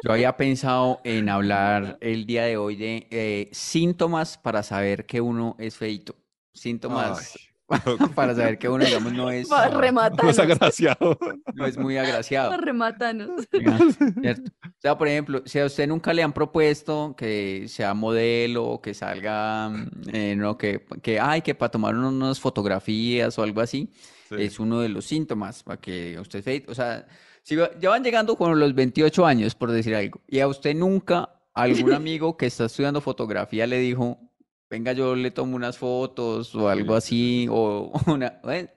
Speaker 2: Yo había pensado en hablar el día de hoy de eh, síntomas para saber que uno es feito. Síntomas <laughs> para saber que uno, digamos, no es,
Speaker 6: Para
Speaker 1: <laughs> Los
Speaker 6: rematarnos, <laughs>
Speaker 1: agraciados.
Speaker 2: no es muy agraciado.
Speaker 6: para rematarnos.
Speaker 1: <laughs>
Speaker 2: Ya, cierto. O sea, por ejemplo, si a usted nunca le han propuesto que sea modelo o que salga, mm, eh, no, que, que, ay, que para tomar un- unas fotografías o algo así,
Speaker 1: Sí.
Speaker 2: es uno de los síntomas para que a usted, fe- o sea, si va- ya van llegando con los 28 años, por decir algo, y a usted nunca
Speaker 1: <laughs>
Speaker 2: algún amigo que está estudiando fotografía le dijo, venga, yo le tomo unas fotos o algo así, o <laughs> una, bueno,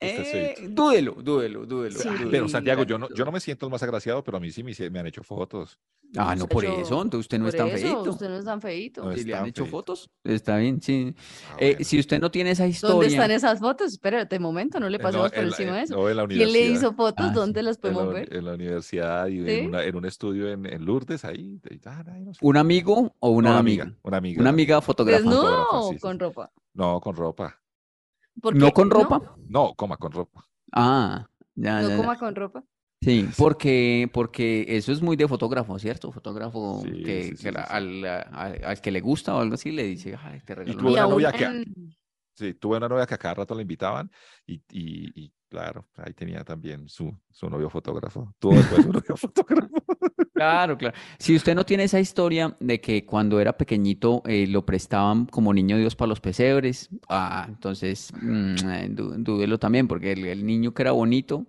Speaker 1: Usted es
Speaker 2: eh,
Speaker 1: feito.
Speaker 2: dúdelo, dúdelo, dúdelo,
Speaker 6: Sí.
Speaker 2: dúdelo.
Speaker 1: Pero Santiago, yo no, yo no me siento el más agraciado, pero a mí sí me, hice- me han hecho fotos.
Speaker 2: Ah, no, por
Speaker 6: Muchacho,
Speaker 2: eso, entonces usted no
Speaker 6: Por
Speaker 2: es tan
Speaker 6: eso,
Speaker 2: feíto.
Speaker 6: usted no es tan feíto.
Speaker 1: No
Speaker 2: Si
Speaker 1: es
Speaker 2: le
Speaker 1: tan
Speaker 2: han hecho
Speaker 1: feíto.
Speaker 2: fotos, está bien, sí.
Speaker 1: Ah,
Speaker 2: Eh,
Speaker 1: bueno.
Speaker 2: si usted no tiene esa
Speaker 6: ¿Dónde
Speaker 2: historia,
Speaker 6: están esas fotos? Espérate, momento, no le
Speaker 1: Eh,
Speaker 6: pasamos
Speaker 1: no,
Speaker 6: por
Speaker 1: en la-
Speaker 6: encima de
Speaker 1: eh,
Speaker 6: eso.
Speaker 1: no, en la
Speaker 6: ¿Quién le
Speaker 1: universidad.
Speaker 6: hizo fotos?
Speaker 2: Ah, sí.
Speaker 6: ¿Dónde las
Speaker 1: en la,
Speaker 6: podemos
Speaker 1: uni-
Speaker 6: ver?
Speaker 1: en la universidad y
Speaker 6: ¿Sí?
Speaker 1: en, una- en un estudio en, en Lourdes, ahí. de- ah, ahí no sé.
Speaker 2: un amigo o
Speaker 1: No,
Speaker 2: una
Speaker 1: una
Speaker 2: amiga,
Speaker 1: amiga. Una amiga.
Speaker 2: una amiga fotógrafa,
Speaker 6: ¿Desnudo
Speaker 1: fotógrafa, sí,
Speaker 6: o
Speaker 1: sí,
Speaker 6: Pues con
Speaker 1: sí.
Speaker 6: ropa?
Speaker 1: No, con ropa.
Speaker 6: ¿Por
Speaker 2: no
Speaker 6: qué?
Speaker 2: con ropa.
Speaker 1: No, coma, con ropa.
Speaker 2: Ah, ya, ya,
Speaker 6: No
Speaker 2: ya.
Speaker 6: coma con ropa.
Speaker 2: Sí, porque, porque eso es muy de fotógrafo, ¿cierto? Fotógrafo
Speaker 1: Sí,
Speaker 2: que,
Speaker 1: sí,
Speaker 2: que
Speaker 1: sí,
Speaker 2: la-
Speaker 1: sí, sí.
Speaker 2: al, a- al- al que le gusta o algo así le dice, ay, te regalo
Speaker 1: tuvo
Speaker 2: una
Speaker 1: una
Speaker 2: foto".
Speaker 6: aún
Speaker 1: novia que-
Speaker 6: en-
Speaker 1: Sí, tuve una novia que a cada rato la invitaban y, y, y, claro, ahí tenía también su, su novio fotógrafo. Tuvo después un
Speaker 6: <laughs>
Speaker 1: novio <laughs> fotógrafo.
Speaker 2: Claro, claro. Si usted no tiene esa historia de que cuando era pequeñito eh, lo prestaban como niño Dios para los pesebres, ah, entonces mm, eh, dú- dúdelo también, porque el, el niño que era bonito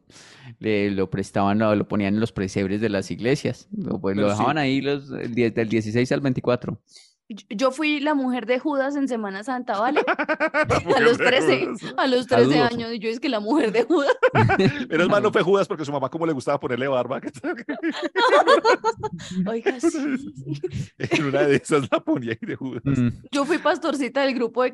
Speaker 2: le lo prestaban, lo, lo ponían en los pesebres de las iglesias, lo, pues, lo
Speaker 1: Pero sí.
Speaker 2: dejaban ahí los, el die- del 16 al 24.
Speaker 6: Yo- Yo fui la mujer de Judas en Semana Santa,
Speaker 2: <laughs>
Speaker 6: ¿vale?
Speaker 1: Porque
Speaker 6: los
Speaker 1: fue
Speaker 6: 13.
Speaker 1: Judas.
Speaker 6: A los
Speaker 2: Está
Speaker 6: 13
Speaker 2: dudoso.
Speaker 6: años, y yo es que la mujer de Judas.
Speaker 1: Menos mal no fue Judas porque su mamá como le gustaba ponerle barba. que- <laughs>
Speaker 6: Oiga, sí.
Speaker 2: <laughs>
Speaker 1: en una de esas la ponía ahí de Judas.
Speaker 2: Mm,
Speaker 6: Yo fui pastorcita del grupo de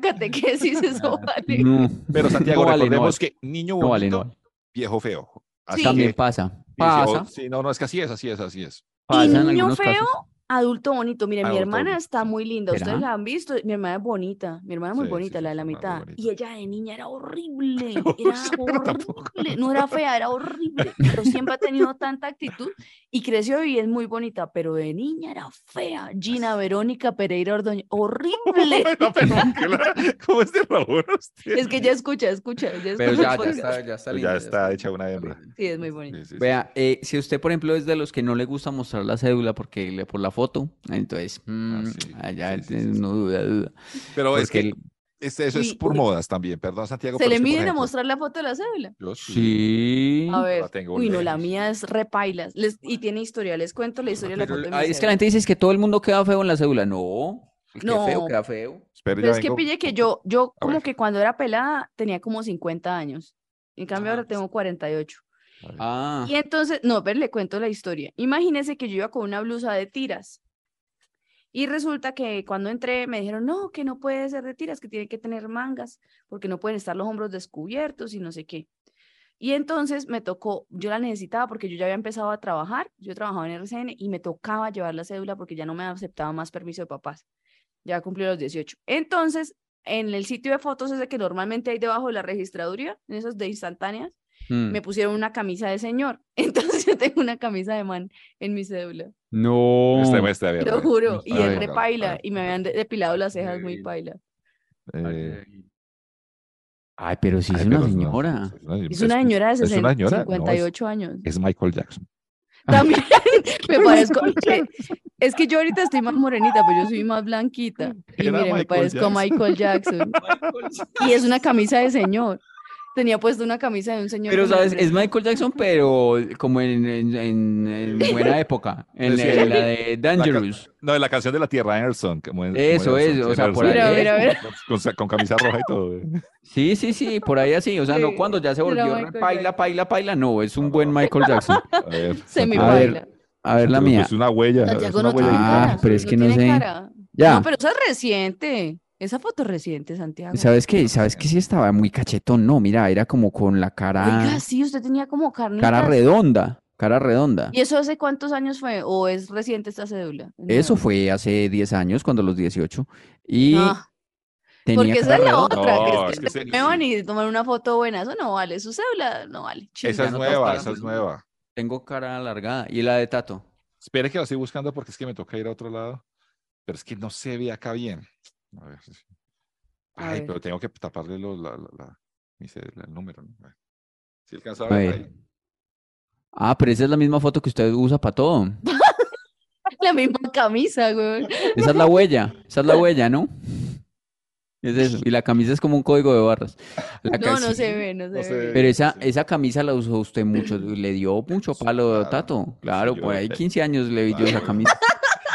Speaker 2: <laughs>
Speaker 6: catequesis, eso vale.
Speaker 2: no,
Speaker 1: Pero Santiago,
Speaker 2: no vale, no
Speaker 1: recordemos
Speaker 2: vale,
Speaker 1: que niño
Speaker 2: no vale, no
Speaker 1: bonito,
Speaker 2: vale.
Speaker 1: viejo feo. Así
Speaker 2: También
Speaker 1: que-
Speaker 2: pasa,
Speaker 1: sí, sí, o-
Speaker 2: pasa,
Speaker 1: sí, no, no, es que así es, así es, así es. <laughs>
Speaker 2: pasa en
Speaker 6: niño
Speaker 2: algunos
Speaker 6: feo?
Speaker 2: casos.
Speaker 6: Adulto bonito, mire, mi
Speaker 1: Adulto
Speaker 6: hermana
Speaker 1: bonito,
Speaker 6: está
Speaker 1: sí.
Speaker 6: muy linda, ustedes
Speaker 2: ¿Será?
Speaker 6: la han visto, mi hermana es bonita, mi hermana es muy
Speaker 1: Sí, sí,
Speaker 6: bonita,
Speaker 1: sí,
Speaker 6: la de
Speaker 1: su
Speaker 6: la
Speaker 1: hermana es
Speaker 6: mitad,
Speaker 1: muy
Speaker 6: y
Speaker 1: bonita.
Speaker 6: ella de niña era
Speaker 1: <laughs>
Speaker 6: horrible,
Speaker 1: Uy,
Speaker 6: era
Speaker 1: pero tampoco.
Speaker 6: horrible, no era fea, era horrible, pero siempre ha tenido tanta actitud y creció y es muy bonita, pero de niña era fea, Gina
Speaker 1: <laughs>
Speaker 6: Verónica Pereira Ordoño, horrible,
Speaker 1: Bueno, pero que la- ¿Cómo es de favor usted?
Speaker 6: es que ya escucha, escucha, ya
Speaker 2: Pero
Speaker 6: escucha el
Speaker 1: <laughs>
Speaker 2: ya, ya
Speaker 6: podcast.
Speaker 2: está, ya está
Speaker 1: Pues
Speaker 2: linda,
Speaker 1: ya
Speaker 2: ya
Speaker 1: está
Speaker 2: está
Speaker 1: hecha una
Speaker 2: linda,
Speaker 1: hembra.
Speaker 2: linda.
Speaker 6: Sí, es muy bonito.
Speaker 1: Sí, sí, sí.
Speaker 2: Vea, eh, si usted, por ejemplo, es de los que no le gusta mostrar la cédula porque le, por la foto, entonces, mm,
Speaker 1: Ah, sí,
Speaker 2: allá
Speaker 1: sí, sí,
Speaker 2: tiene-
Speaker 1: sí, sí.
Speaker 2: no duda, duda.
Speaker 1: Pero es
Speaker 2: Porque
Speaker 1: que
Speaker 2: el-
Speaker 1: este, eso es
Speaker 6: Uy,
Speaker 1: por
Speaker 6: uy.
Speaker 1: modas también, perdón Santiago.
Speaker 6: ¿Se
Speaker 1: pero
Speaker 6: le
Speaker 1: es que, por
Speaker 6: miden a
Speaker 1: ejemplo,
Speaker 6: mostrar la foto de la cédula?
Speaker 1: yo sí.
Speaker 2: sí.
Speaker 6: A ver,
Speaker 1: la tengo
Speaker 6: Pues, uy, no, la
Speaker 1: lejos.
Speaker 6: mía es repailas. Les, y tiene historia, les cuento la historia de la
Speaker 2: Pero-
Speaker 6: foto de mi
Speaker 2: ah, es que
Speaker 6: cédula.
Speaker 2: la gente dice es que todo el mundo queda feo en la cédula. No, el que feo
Speaker 6: No.
Speaker 2: queda feo.
Speaker 1: Espere,
Speaker 6: Pero
Speaker 1: ya
Speaker 6: es que
Speaker 1: vengo.
Speaker 6: pille que yo, yo
Speaker 1: A
Speaker 6: como
Speaker 1: ver.
Speaker 6: que cuando era pelada tenía como 50 años. En cambio
Speaker 1: Ah,
Speaker 6: ahora
Speaker 1: pues
Speaker 6: tengo 48.
Speaker 1: A ver.
Speaker 2: Ah,
Speaker 6: Y entonces, no, pero le cuento la historia. Imagínense que yo iba con una blusa de tiras. Y resulta que cuando entré me dijeron, no, que no puede ser de tiras, que tiene que tener mangas, porque no pueden estar los hombros descubiertos y no sé qué. Y entonces me tocó, yo la necesitaba porque yo ya había empezado a trabajar, yo trabajaba en RCN y me tocaba llevar la cédula porque ya no me aceptaba más permiso de papás. Ya cumplí los 18. Entonces, en el sitio de fotos ese que normalmente hay debajo de la registraduría, en esos de instantáneas,
Speaker 2: mm.
Speaker 6: me pusieron una camisa de señor. <laughs> Entonces yo tengo una camisa de man en mi cédula.
Speaker 2: No.
Speaker 1: Este, este, a ver, a
Speaker 6: Lo
Speaker 1: ver.
Speaker 6: juro. Y
Speaker 2: a
Speaker 6: es
Speaker 2: ver,
Speaker 6: de
Speaker 1: a
Speaker 6: paila.
Speaker 1: ver,
Speaker 6: Y me
Speaker 1: a ver.
Speaker 6: habían de- depilado las cejas muy
Speaker 2: Ay,
Speaker 6: paila.
Speaker 1: Eh,
Speaker 2: Ay, pero sí
Speaker 1: ay,
Speaker 2: es una
Speaker 1: pero no,
Speaker 2: señora.
Speaker 1: es una-
Speaker 6: Es
Speaker 1: es-
Speaker 2: pues,
Speaker 6: una señora de
Speaker 1: es una
Speaker 6: 60,
Speaker 1: señora, no, es-
Speaker 6: 58 años.
Speaker 2: <laughs>
Speaker 6: <laughs>
Speaker 1: Es Michael Jackson.
Speaker 6: También me parezco. eh, <laughs> Es que yo ahorita estoy más morenita, pero yo soy más blanquita.
Speaker 2: <laughs>
Speaker 6: Y mire,
Speaker 1: Era
Speaker 6: me
Speaker 1: Michael
Speaker 6: parezco a
Speaker 1: Jackson.
Speaker 6: Michael Jackson. Y es una camisa de señor. Tenía puesto una camisa de un señor.
Speaker 2: Pero,
Speaker 6: con el
Speaker 2: ¿sabes?
Speaker 6: brazo-
Speaker 2: Es Michael Jackson, pero como en, en- en- en buena época. En,
Speaker 1: Sí,
Speaker 2: la-
Speaker 1: sí.
Speaker 2: la de Dangerous.
Speaker 1: No, de la canción de la Tierra, Anderson. como en- como
Speaker 2: Eso
Speaker 1: Anderson,
Speaker 2: es, o
Speaker 1: sí,
Speaker 2: sea, por ahí.
Speaker 1: Anderson.
Speaker 6: Mira, mira, mira.
Speaker 1: Con, con camisa roja y todo. eh.
Speaker 2: Sí, sí, sí, por ahí así. O sea, no
Speaker 6: Sí,
Speaker 2: cuando ya se
Speaker 6: era
Speaker 2: volvió
Speaker 6: Michael
Speaker 2: re paila,
Speaker 6: Jackson.
Speaker 2: paila, paila. No, es un buen Michael Jackson.
Speaker 1: A
Speaker 6: <laughs>
Speaker 1: ver,
Speaker 6: Semi
Speaker 2: A ver,
Speaker 6: baila.
Speaker 2: A ver la
Speaker 1: pero pues,
Speaker 2: mía.
Speaker 1: Es una huella. es
Speaker 3: Santiago
Speaker 1: una
Speaker 3: no tiene
Speaker 1: huella
Speaker 2: Ah,
Speaker 3: cara.
Speaker 2: pero es que no
Speaker 6: tiene
Speaker 2: sé.
Speaker 6: cara.
Speaker 2: Ya.
Speaker 6: No, pero esa es reciente. Esa foto es reciente, Santiago.
Speaker 2: ¿Sabes qué? ¿Sabes qué? Sí estaba muy cachetón. No, mira, era como con la cara,
Speaker 6: Oiga, sí, usted tenía como carnitas.
Speaker 2: cara redonda. Cara redonda.
Speaker 6: ¿Y eso hace cuántos años fue? ¿O es reciente esta cédula? Es
Speaker 2: Eso
Speaker 6: nueva.
Speaker 2: fue hace 10 años, cuando los 18. Y
Speaker 6: Ah,
Speaker 2: tenía
Speaker 6: porque esa
Speaker 2: cara
Speaker 6: es la
Speaker 2: redonda.
Speaker 6: otra. que
Speaker 1: No,
Speaker 6: es
Speaker 1: es
Speaker 6: que
Speaker 1: que
Speaker 6: se
Speaker 1: se-
Speaker 6: muevan y tomar una foto buena. Eso no vale. Su cédula no vale.
Speaker 1: Esa
Speaker 6: Chinga.
Speaker 1: es
Speaker 2: no
Speaker 1: nueva,
Speaker 2: tocaron.
Speaker 1: esa es nueva.
Speaker 2: Tengo cara alargada. ¿Y la de Tato?
Speaker 1: Espere que lo estoy buscando porque es que me toca ir a otro lado. Pero es que no se ve acá bien. A ver. sí, sí.
Speaker 6: A
Speaker 1: Ay,
Speaker 6: ver.
Speaker 1: pero tengo que taparle lo- la, la, la- mi cédula, el número. ¿no? A ver. Si alcanza a
Speaker 2: A
Speaker 1: ver.
Speaker 2: ver.
Speaker 1: ahí.
Speaker 2: Ah, pero esa es la misma foto que usted usa para todo.
Speaker 6: La misma camisa, güey.
Speaker 2: Esa es la huella, esa es la huella, ¿no? Es eso. Y la camisa es como un código de barras. La
Speaker 6: No,
Speaker 2: ca-
Speaker 6: no
Speaker 1: sí,
Speaker 6: se ve, no se
Speaker 1: no se
Speaker 6: ve.
Speaker 1: ve.
Speaker 2: Pero esa,
Speaker 1: Sí.
Speaker 2: esa camisa la usó usted mucho, le dio mucho
Speaker 1: Sí,
Speaker 2: palo
Speaker 1: claro.
Speaker 2: Tato. Claro,
Speaker 1: yo
Speaker 2: por ahí
Speaker 1: le-
Speaker 2: 15 años le vi yo esa
Speaker 1: Claro.
Speaker 2: camisa.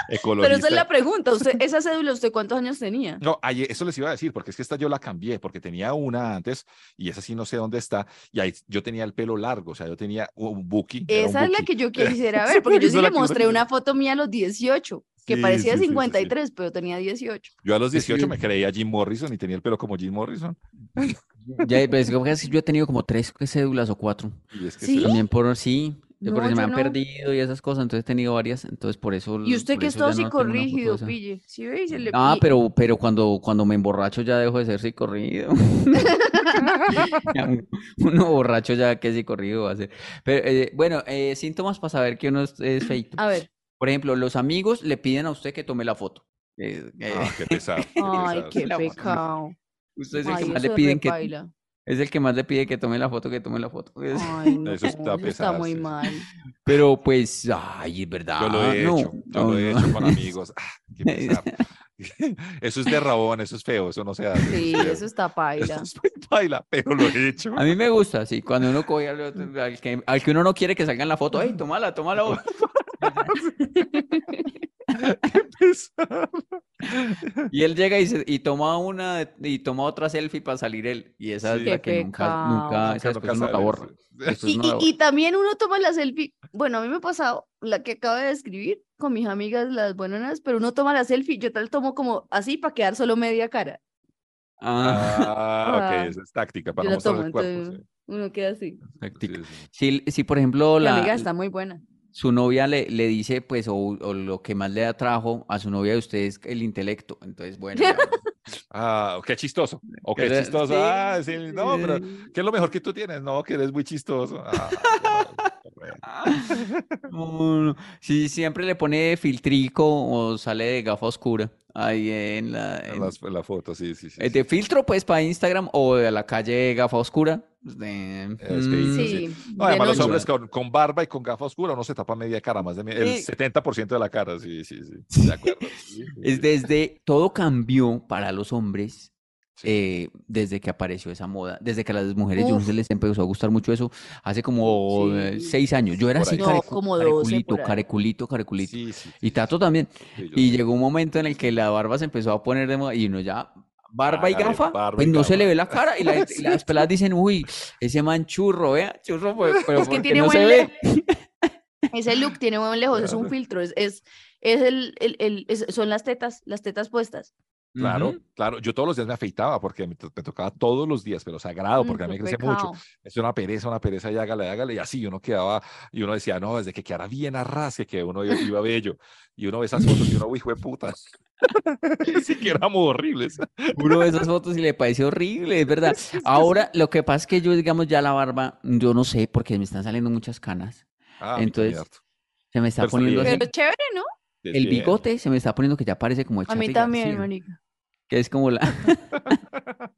Speaker 6: Pero esa
Speaker 1: Ecologista.
Speaker 6: es la pregunta. Usted, esa cédula, ¿usted cuántos años tenía?
Speaker 1: No, ayer- eso les iba a decir, porque es que esta yo la cambié, porque tenía una antes y esa sí no sé dónde está. Y ahí yo tenía el pelo largo, o sea, yo tenía un buki. era un
Speaker 6: Esa es la
Speaker 1: buki.
Speaker 6: que yo
Speaker 1: <laughs>
Speaker 6: quisiera
Speaker 1: Sí,
Speaker 6: ver, porque yo
Speaker 1: esa
Speaker 6: sí
Speaker 1: es la
Speaker 6: le
Speaker 1: que yo
Speaker 6: mostré
Speaker 1: quisiera.
Speaker 6: una foto mía a los 18, que
Speaker 1: Sí,
Speaker 6: parecía
Speaker 1: sí, sí, sí, sí.
Speaker 6: 53, pero tenía 18.
Speaker 1: Yo a los
Speaker 2: Es que-
Speaker 1: 18 me creía Jim Morrison y tenía el pelo como Jim
Speaker 2: Ya,
Speaker 1: Morrison.
Speaker 2: pues, lo que pasa es que yo he tenido como tres cédulas o cuatro.
Speaker 1: Y es que
Speaker 6: Sí.
Speaker 2: También por sí,
Speaker 6: No,
Speaker 2: porque se me
Speaker 6: yo
Speaker 2: han
Speaker 6: no.
Speaker 2: perdido y esas cosas, entonces he tenido varias, entonces por
Speaker 1: Mm,
Speaker 2: eso.
Speaker 6: Y usted
Speaker 2: por
Speaker 6: que es
Speaker 2: eso ya
Speaker 6: todo
Speaker 2: no tengo una foto de
Speaker 6: psicorrígido,
Speaker 2: esa.
Speaker 6: pille. ¿Sí ve? Y se le
Speaker 2: Ah,
Speaker 6: y-
Speaker 2: pero, pero cuando, cuando me emborracho ya dejo de ser
Speaker 6: <laughs>
Speaker 2: psicorrido. Ya, un- Uno borracho ya que psicorrido va a ser. Pero eh, bueno, eh, síntomas para saber que uno es, es feito.
Speaker 6: A ver.
Speaker 2: Por ejemplo, los amigos le piden a usted que tome la foto. Eh, eh,
Speaker 1: Ah, qué pesado. qué
Speaker 6: <laughs> Ay,
Speaker 1: pesado,
Speaker 6: qué
Speaker 1: sí, la foto.
Speaker 6: pecado.
Speaker 2: usted es el
Speaker 6: Ay,
Speaker 2: que más
Speaker 6: eso
Speaker 2: le
Speaker 6: es
Speaker 2: piden que
Speaker 1: <laughs>
Speaker 6: repaila. Ah.
Speaker 2: es el que más le pide que tome la foto, que tome la foto. Es-
Speaker 6: Ay, no,
Speaker 1: Eso
Speaker 6: eso
Speaker 1: está
Speaker 6: está,
Speaker 1: pesado,
Speaker 6: muy
Speaker 1: sí, sí. <laughs>
Speaker 6: mal.
Speaker 2: Pero pues, ay, es verdad.
Speaker 1: Yo lo he
Speaker 2: Ah, no,
Speaker 1: hecho, yo
Speaker 2: no,
Speaker 1: lo he
Speaker 2: no. <laughs>
Speaker 1: hecho con amigos. Ah, qué pesar. <laughs> Eso es de rabón, eso es feo, eso no se hace.
Speaker 6: Sí,
Speaker 1: es feo.
Speaker 6: eso está
Speaker 1: Eso
Speaker 6: paila.
Speaker 1: es <laughs> baila, pero lo he hecho.
Speaker 2: A mí me gusta, sí, cuando uno coge al, otro- al que, al que uno no quiere que salga en la foto, ¡ay, tómala, tómala! vos".
Speaker 1: pesar.
Speaker 2: Y él llega y, se- y toma una y toma otra selfie para salir él. Y esa es
Speaker 1: Sí.
Speaker 2: la
Speaker 6: Qué
Speaker 2: que nunca, nunca,
Speaker 6: pecado.
Speaker 2: Ah, esa después
Speaker 1: Nunca
Speaker 2: uno la
Speaker 1: sale, pues.
Speaker 2: borra. Después
Speaker 6: Y,
Speaker 2: uno la
Speaker 6: y-
Speaker 2: borra.
Speaker 6: y también uno toma la selfie. Bueno, a mí me ha pasado la que acabo de describir con mis amigas, las buenas, pero uno toma la selfie. Yo tal tomo como así para quedar solo media cara.
Speaker 2: <laughs> Ah,
Speaker 1: Ah,
Speaker 6: Ah.
Speaker 1: ok, esa es táctica para
Speaker 6: Yo la
Speaker 1: mostrar
Speaker 6: tomo,
Speaker 1: el cuerpo.
Speaker 6: entonces, Uno queda así.
Speaker 1: sí.
Speaker 2: táctica.
Speaker 1: Sí, sí.
Speaker 2: Si, si, por ejemplo
Speaker 6: Mi
Speaker 2: la,
Speaker 6: amiga está muy buena.
Speaker 2: su novia le, le dice, pues, o, o lo que más le atrajo a su novia de usted es el intelecto. Entonces, bueno, ya,
Speaker 6: <laughs>
Speaker 1: Ah, qué chistoso. O qué
Speaker 2: Pero-
Speaker 1: chistoso.
Speaker 2: sí,
Speaker 1: Ah, sí, no, pero
Speaker 2: sí.
Speaker 1: ¿qué es lo mejor que tú tienes? No, que eres muy chistoso. Ah,
Speaker 2: <laughs>
Speaker 1: bueno,
Speaker 2: No, no. Si siempre le pone filtrico o sale de gafa oscura ahí en la,
Speaker 1: en
Speaker 2: en-
Speaker 1: las- en la foto, sí, sí, sí.
Speaker 2: eh,
Speaker 1: sí.
Speaker 2: de filtro, pues, para Instagram o de la calle gafa oscura. pues, de-
Speaker 1: Es que
Speaker 2: mm,
Speaker 1: Sí,
Speaker 6: Sí.
Speaker 1: sí. No,
Speaker 6: de
Speaker 1: además, los
Speaker 6: noche.
Speaker 1: hombres con, con barba y con gafa oscura, uno se tapa media cara, más de mi- el
Speaker 2: Sí.
Speaker 1: 70% de la cara. Sí, sí, sí.
Speaker 2: <laughs>
Speaker 1: De acuerdo. Sí, sí, sí.
Speaker 2: Es desde todo cambió para los hombres
Speaker 1: Sí.
Speaker 2: eh, desde que apareció esa moda, desde que a las mujeres yo no
Speaker 6: Uf.
Speaker 2: sé, les empezó a gustar mucho eso hace como eh,
Speaker 6: Sí.
Speaker 2: seis años. Yo era
Speaker 1: Por
Speaker 2: así,
Speaker 1: ahí.
Speaker 6: No,
Speaker 2: carecu-
Speaker 6: como 12
Speaker 2: careculito,
Speaker 6: por ahí.
Speaker 2: careculito, careculito.
Speaker 1: Sí, sí,
Speaker 2: Y
Speaker 1: sí,
Speaker 2: Tato
Speaker 1: sí.
Speaker 2: también.
Speaker 1: Sí, yo
Speaker 2: Y
Speaker 1: sé.
Speaker 2: llegó un momento en el que la barba se empezó a poner de moda y uno ya, barba y
Speaker 1: Hágale,
Speaker 2: gafa,
Speaker 1: barba
Speaker 2: pues
Speaker 1: y
Speaker 2: no se le
Speaker 1: gafa.
Speaker 2: ve la cara.
Speaker 1: <laughs>
Speaker 2: Y la gente-
Speaker 1: Sí,
Speaker 2: las peladas dicen, uy, ese man churro, vea, churro,
Speaker 1: <laughs>
Speaker 2: pues, pero
Speaker 6: Es que
Speaker 2: porque
Speaker 6: tiene
Speaker 2: no se
Speaker 6: buen
Speaker 2: ve.
Speaker 6: Ese look tiene buen lejos, es un
Speaker 1: Claro.
Speaker 6: filtro, es, es, es el, el, el- es- son las tetas, las tetas puestas.
Speaker 1: Claro,
Speaker 2: Ujú.
Speaker 1: claro. Yo todos los días me afeitaba porque me, to- me tocaba todos los días, pero sagrado,
Speaker 6: Mm,
Speaker 1: porque a mí
Speaker 6: qué
Speaker 1: me crece mucho.
Speaker 6: pecado.
Speaker 1: Es una pereza, una pereza, y hágale, hágale. Y así uno quedaba, y uno decía, no, desde que quedara bien arrasque, que uno iba, iba bello. Y uno ve esas fotos y uno, uy, hijo de puta. <laughs> sí que éramos horribles.
Speaker 2: Uno de esas fotos y le parece horrible, es
Speaker 1: <laughs>
Speaker 2: verdad. Ahora, lo que pasa es que yo, digamos, ya la barba, yo no sé, porque me están saliendo muchas canas.
Speaker 1: Ah, a mí
Speaker 2: Entonces,
Speaker 1: también harto.
Speaker 2: Se me está
Speaker 1: Pero está
Speaker 2: poniendo
Speaker 1: bien.
Speaker 2: así.
Speaker 6: Pero chévere, ¿no?
Speaker 1: Es
Speaker 2: El
Speaker 1: bien.
Speaker 2: bigote se me está poniendo que ya parece como de
Speaker 6: A mí
Speaker 2: Charly
Speaker 6: también,
Speaker 2: García.
Speaker 6: marica.
Speaker 2: que es como
Speaker 1: <laughs>
Speaker 2: la,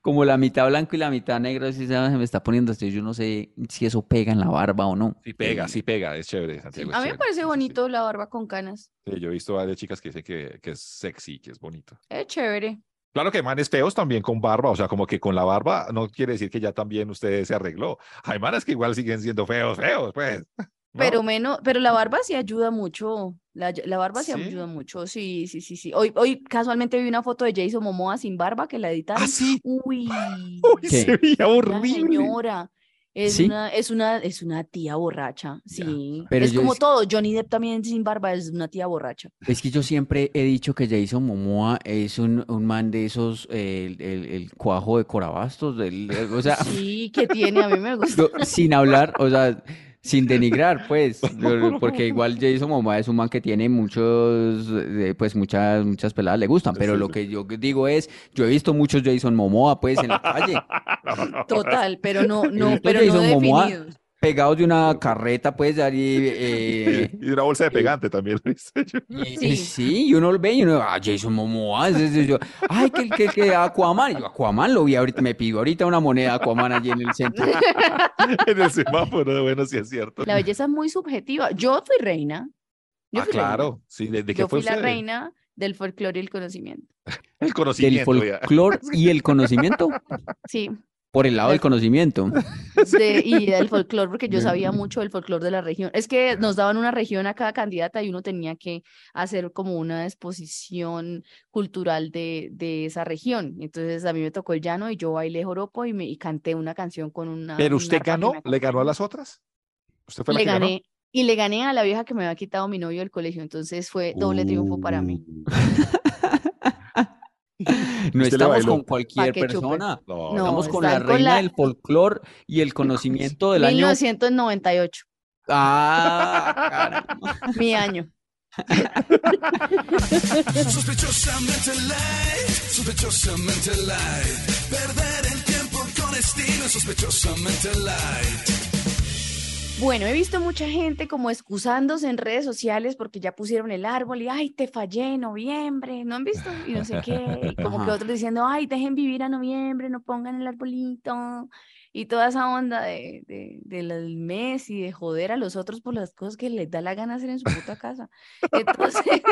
Speaker 2: como la mitad blanco y la mitad negro, así se se me está poniendo, así, yo no sé si eso pega en la barba o no.
Speaker 1: Sí pega,
Speaker 2: Eh,
Speaker 1: sí pega, es chévere, Santiago. es
Speaker 6: A mí me
Speaker 1: pues chévere, sí,
Speaker 6: parece
Speaker 1: sí, sí.
Speaker 6: bonito la barba con canas.
Speaker 1: Sí, yo he visto varias chicas que dicen que, que es sexy, que es bonito.
Speaker 6: Es chévere.
Speaker 1: Claro que hay manes feos también con barba, o sea, como que con la barba no quiere decir que ya también usted se arregló. Hay manes que igual siguen siendo feos, feos, pues. ¿no?
Speaker 6: Pero menos, pero la barba sí ayuda mucho. La, ay- la barba sí,
Speaker 1: ¿Sí?
Speaker 6: ayuda mucho. Sí, sí, sí, sí. Hoy, hoy casualmente vi una foto de Jason Momoa sin barba que la editaron.
Speaker 1: Ah, sí.
Speaker 6: Uy,
Speaker 1: Uy,
Speaker 2: ¿Qué?
Speaker 1: se veía
Speaker 6: una
Speaker 1: horrible.
Speaker 6: señora. Es
Speaker 2: ¿Sí?
Speaker 6: una, es una, es una tía borracha. Sí.
Speaker 2: Pero
Speaker 6: es
Speaker 2: yo
Speaker 6: como
Speaker 2: es-
Speaker 6: todo. Johnny Depp también sin barba es una tía borracha.
Speaker 2: Es que yo siempre he dicho que Jason Momoa es un, un man de esos, eh, el, el- el cuajo de Corabastos, del, eh, o
Speaker 1: <laughs>
Speaker 2: sea,
Speaker 6: Sí, que tiene, a mí
Speaker 2: <laughs>
Speaker 6: me gusta.
Speaker 2: no, sin hablar, o sea, sin denigrar,
Speaker 1: <laughs>
Speaker 2: pues, yo- porque igual Jason Momoa es un man que tiene muchos, eh, pues muchas, muchas peladas le gustan, pero
Speaker 1: Sí,
Speaker 2: lo
Speaker 1: sí.
Speaker 2: que yo digo es, yo he visto muchos Jason Momoa, pues, en la calle,
Speaker 6: Total, pero no, no,
Speaker 2: Entonces,
Speaker 6: pero no
Speaker 2: Jason Momoa-
Speaker 6: definidos.
Speaker 2: pegados de una carreta, pues, de ahí, eh,
Speaker 1: <laughs> Y una bolsa de pegante también. <laughs> lo hice yo.
Speaker 2: Y,
Speaker 6: Sí.
Speaker 2: y sí, y uno lo ve y uno, ah, Jason Momoa, es- es- yo, ay, que, que, que Aquaman, Y yo, Aquaman lo vi ahorita, me pidió ahorita una moneda Aquaman allí en el centro.
Speaker 1: en el semáforo, bueno, sí es cierto.
Speaker 6: La belleza es muy subjetiva. Yo fui reina. <laughs> Yo
Speaker 1: Ah,
Speaker 6: fui reina.
Speaker 1: claro, sí, ¿de, de qué
Speaker 6: Yo
Speaker 1: fue
Speaker 6: fui la
Speaker 1: usted?
Speaker 6: reina del folclore y el conocimiento.
Speaker 1: El
Speaker 2: Del
Speaker 1: conocimiento. ya.
Speaker 6: Ah,
Speaker 2: folclor y el conocimiento,
Speaker 1: <laughs>
Speaker 6: Sí,
Speaker 2: por el lado del <laughs> conocimiento.
Speaker 6: de- y del folclore, porque yo sabía
Speaker 2: Bien.
Speaker 6: mucho del folclore de la región. Es que nos daban una región a cada candidata y uno tenía que hacer como una exposición cultural de, de esa región. Entonces a mí me tocó el llano y yo bailé joropo y, me, y canté una canción con una...
Speaker 1: Pero
Speaker 6: un
Speaker 1: usted
Speaker 6: arpa que
Speaker 1: ganó,
Speaker 6: me
Speaker 1: le ganó a
Speaker 6: acompañó.
Speaker 1: las otras. Usted fue la
Speaker 6: le
Speaker 1: que ganó.
Speaker 6: gané. Y le gané a la vieja que me había quitado mi novio del colegio. Entonces fue doble triunfo para mí.
Speaker 1: Uh,
Speaker 2: No
Speaker 1: Usted le
Speaker 2: estamos
Speaker 1: bailó.
Speaker 2: con cualquier
Speaker 6: que chupe.
Speaker 2: persona,
Speaker 1: No, <laughs>
Speaker 6: No,
Speaker 2: estamos con la
Speaker 6: están con
Speaker 2: reina
Speaker 6: la-
Speaker 2: del folclor y el conocimiento del año.
Speaker 6: 1998,
Speaker 2: Ah, caramba.
Speaker 6: mi año.
Speaker 7: Sospechosamente light, sospechosamente light. Perder el tiempo con estilo, sospechosamente light.
Speaker 6: Bueno, he visto mucha gente como excusándose en redes sociales porque ya pusieron el árbol y, ay, te fallé en noviembre, ¿no han visto? Y no sé qué, y como que
Speaker 2: Ajá.
Speaker 6: otros diciendo, ay, dejen vivir a noviembre, no pongan el arbolito, y toda esa onda de, de, del mes y de joder a los otros por las cosas que les da la gana hacer en su puta casa. Entonces,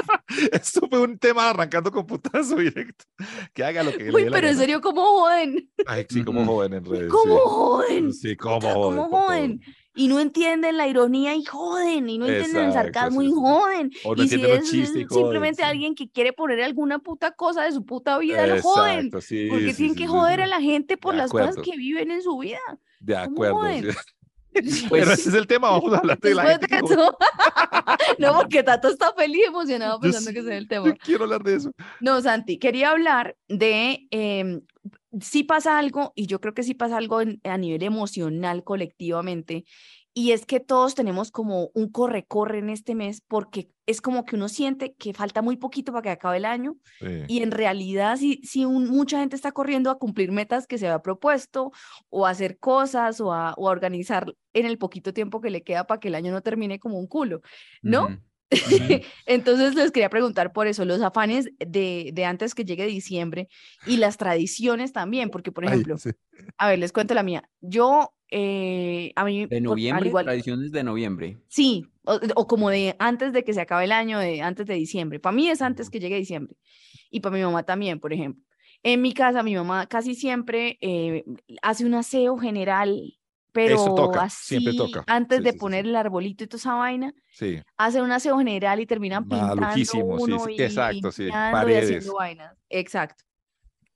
Speaker 1: Esto fue un tema arrancando con putazo directo. Que haga
Speaker 6: <laughs>
Speaker 1: lo <laughs> que le
Speaker 6: uy,
Speaker 1: dé la
Speaker 6: pero en
Speaker 1: gana.
Speaker 6: serio, ¿cómo joden?
Speaker 1: Ay, sí, como
Speaker 2: Mm.
Speaker 1: joven en redes.
Speaker 6: ¿Cómo joden?
Speaker 1: Sí, sí como
Speaker 6: puta,
Speaker 1: joven.
Speaker 6: ¿cómo
Speaker 1: por todo.
Speaker 6: joden? Y no entienden la ironía y joden, y no entienden el
Speaker 1: Exacto,
Speaker 6: sarcasmo
Speaker 1: sí,
Speaker 6: y
Speaker 1: sí.
Speaker 6: joden.
Speaker 1: O no
Speaker 6: y si
Speaker 1: entienden
Speaker 6: es
Speaker 1: los chistes y
Speaker 6: es simplemente
Speaker 1: joden, sí.
Speaker 6: alguien que quiere poner alguna puta cosa de su puta vida, lo joden.
Speaker 1: Exacto, sí,
Speaker 6: Porque
Speaker 1: sí,
Speaker 6: tienen
Speaker 1: sí,
Speaker 6: que
Speaker 1: sí,
Speaker 6: joder
Speaker 1: sí.
Speaker 6: a la gente por
Speaker 1: De
Speaker 6: las
Speaker 1: acuerdo.
Speaker 6: cosas que viven en su
Speaker 1: <laughs>
Speaker 6: vida.
Speaker 1: De
Speaker 6: ¿Cómo
Speaker 1: acuerdo.
Speaker 6: joden?
Speaker 1: sí.
Speaker 6: <laughs>
Speaker 1: Pero ese es el tema, Pues <laughs> vamos a hablar de la
Speaker 6: Pues Después
Speaker 1: gente
Speaker 6: de
Speaker 1: que jode.
Speaker 6: eso- <laughs> no, porque Tato está feliz y emocionado
Speaker 1: Yo
Speaker 6: pensando que
Speaker 1: sí,
Speaker 6: ese es el tema.
Speaker 1: <laughs> Yo quiero hablar de eso.
Speaker 6: No, Santi, quería hablar de em, si pasa algo, y yo creo que sí pasa algo en- a nivel emocional colectivamente, y es que todos tenemos como un corre-corre en este mes porque es como que uno siente que falta muy poquito para que acabe el año
Speaker 1: Sí.
Speaker 6: y en realidad si, si un- mucha gente está corriendo a cumplir metas que se había propuesto o a hacer cosas o a, o a organizar en el poquito tiempo que le queda para que el año no termine como un culo, ¿no?
Speaker 2: Ujú. Ujú.
Speaker 6: Entonces les quería preguntar por eso, los afanes de, de antes que llegue diciembre y las tradiciones también, porque por
Speaker 1: Ay,
Speaker 6: ejemplo,
Speaker 1: sí.
Speaker 6: a ver, les cuento la mía. Yo, eh, a mí,
Speaker 2: De
Speaker 6: por- al
Speaker 2: noviembre,
Speaker 6: igual,
Speaker 2: tradiciones de noviembre.
Speaker 6: sí, o, o como de antes de que se acabe el año, de antes de diciembre. Para mí es antes que llegue diciembre y para mi mamá también, por ejemplo. En mi casa, mi mamá casi siempre eh, hace un aseo general, pero
Speaker 1: toca,
Speaker 6: así
Speaker 1: siempre toca.
Speaker 6: antes
Speaker 1: Sí,
Speaker 6: de
Speaker 1: sí, sí, sí.
Speaker 6: poner el arbolito y toda esa vaina
Speaker 1: Sí.
Speaker 6: hacen un aseo general y terminan pintando
Speaker 1: Maluquísimo, sí, sí,
Speaker 6: uno y
Speaker 1: exacto, sí,
Speaker 6: limpiando y
Speaker 1: paredes.
Speaker 6: haciendo vainas. Exacto.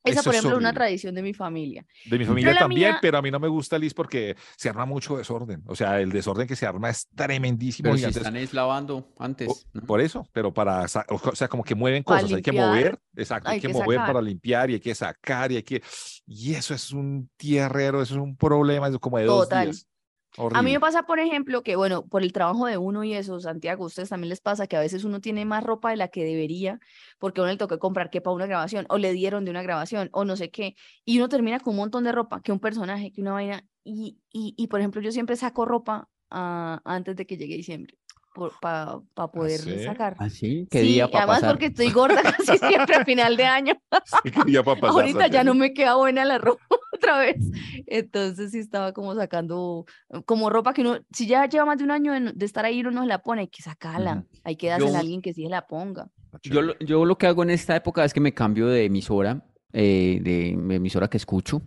Speaker 6: Esa,
Speaker 1: Eso
Speaker 6: por
Speaker 1: es
Speaker 6: ejemplo, es una
Speaker 1: horrible.
Speaker 6: tradición de mi familia.
Speaker 1: De mi familia
Speaker 6: la
Speaker 1: también,
Speaker 6: mía-
Speaker 1: pero a mí no me gusta, Liz, porque se arma mucho desorden. O sea, el desorden que se arma es tremendísimo.
Speaker 2: Pero si
Speaker 1: gigantesco.
Speaker 2: están es lavando
Speaker 1: O-
Speaker 2: antes, ¿no?
Speaker 1: Por eso, pero para, sa- o co- o sea, como que mueven
Speaker 6: Para
Speaker 1: cosas, hay que
Speaker 6: limpiar,
Speaker 1: mover, exacto, hay,
Speaker 6: hay
Speaker 1: que,
Speaker 6: que
Speaker 1: mover
Speaker 6: sacar.
Speaker 1: para limpiar y hay que sacar y hay que, y eso es un tierrero, eso es un problema, es como de
Speaker 6: Total.
Speaker 1: dos días.
Speaker 6: A mí me
Speaker 1: Horrible.
Speaker 6: pasa, por ejemplo, que, bueno, por el trabajo de uno y eso, Santiago, a ustedes también les pasa que a veces uno tiene más ropa de la que debería porque a uno le toca comprar que para una grabación o le dieron de una grabación o no sé qué. Y uno termina con un montón de ropa, que un personaje, que una vaina. Y, y, y, por ejemplo, yo siempre saco ropa ah, antes de que llegue diciembre. para poder
Speaker 1: sí?
Speaker 6: sacar.
Speaker 2: ¿Así? ¿Ah, ¿Qué
Speaker 6: Sí,
Speaker 2: día
Speaker 6: y
Speaker 2: para
Speaker 6: además
Speaker 2: pasar?
Speaker 6: porque estoy gorda <laughs> casi siempre a final de año.
Speaker 1: <laughs>
Speaker 2: <laughs>
Speaker 1: Pues Ya para pasar,
Speaker 6: Ahorita ya
Speaker 1: Raquel.
Speaker 6: no me queda buena la ropa <laughs> otra vez. Entonces sí estaba como sacando, como ropa que uno, si ya lleva más de un año de, no- de estar ahí, uno no se la pone, hay que sacarla, hay que dársela a alguien que sí se la ponga.
Speaker 2: Yo lo, yo lo que hago en esta época es que me cambio de emisora, eh, de emisora que escucho.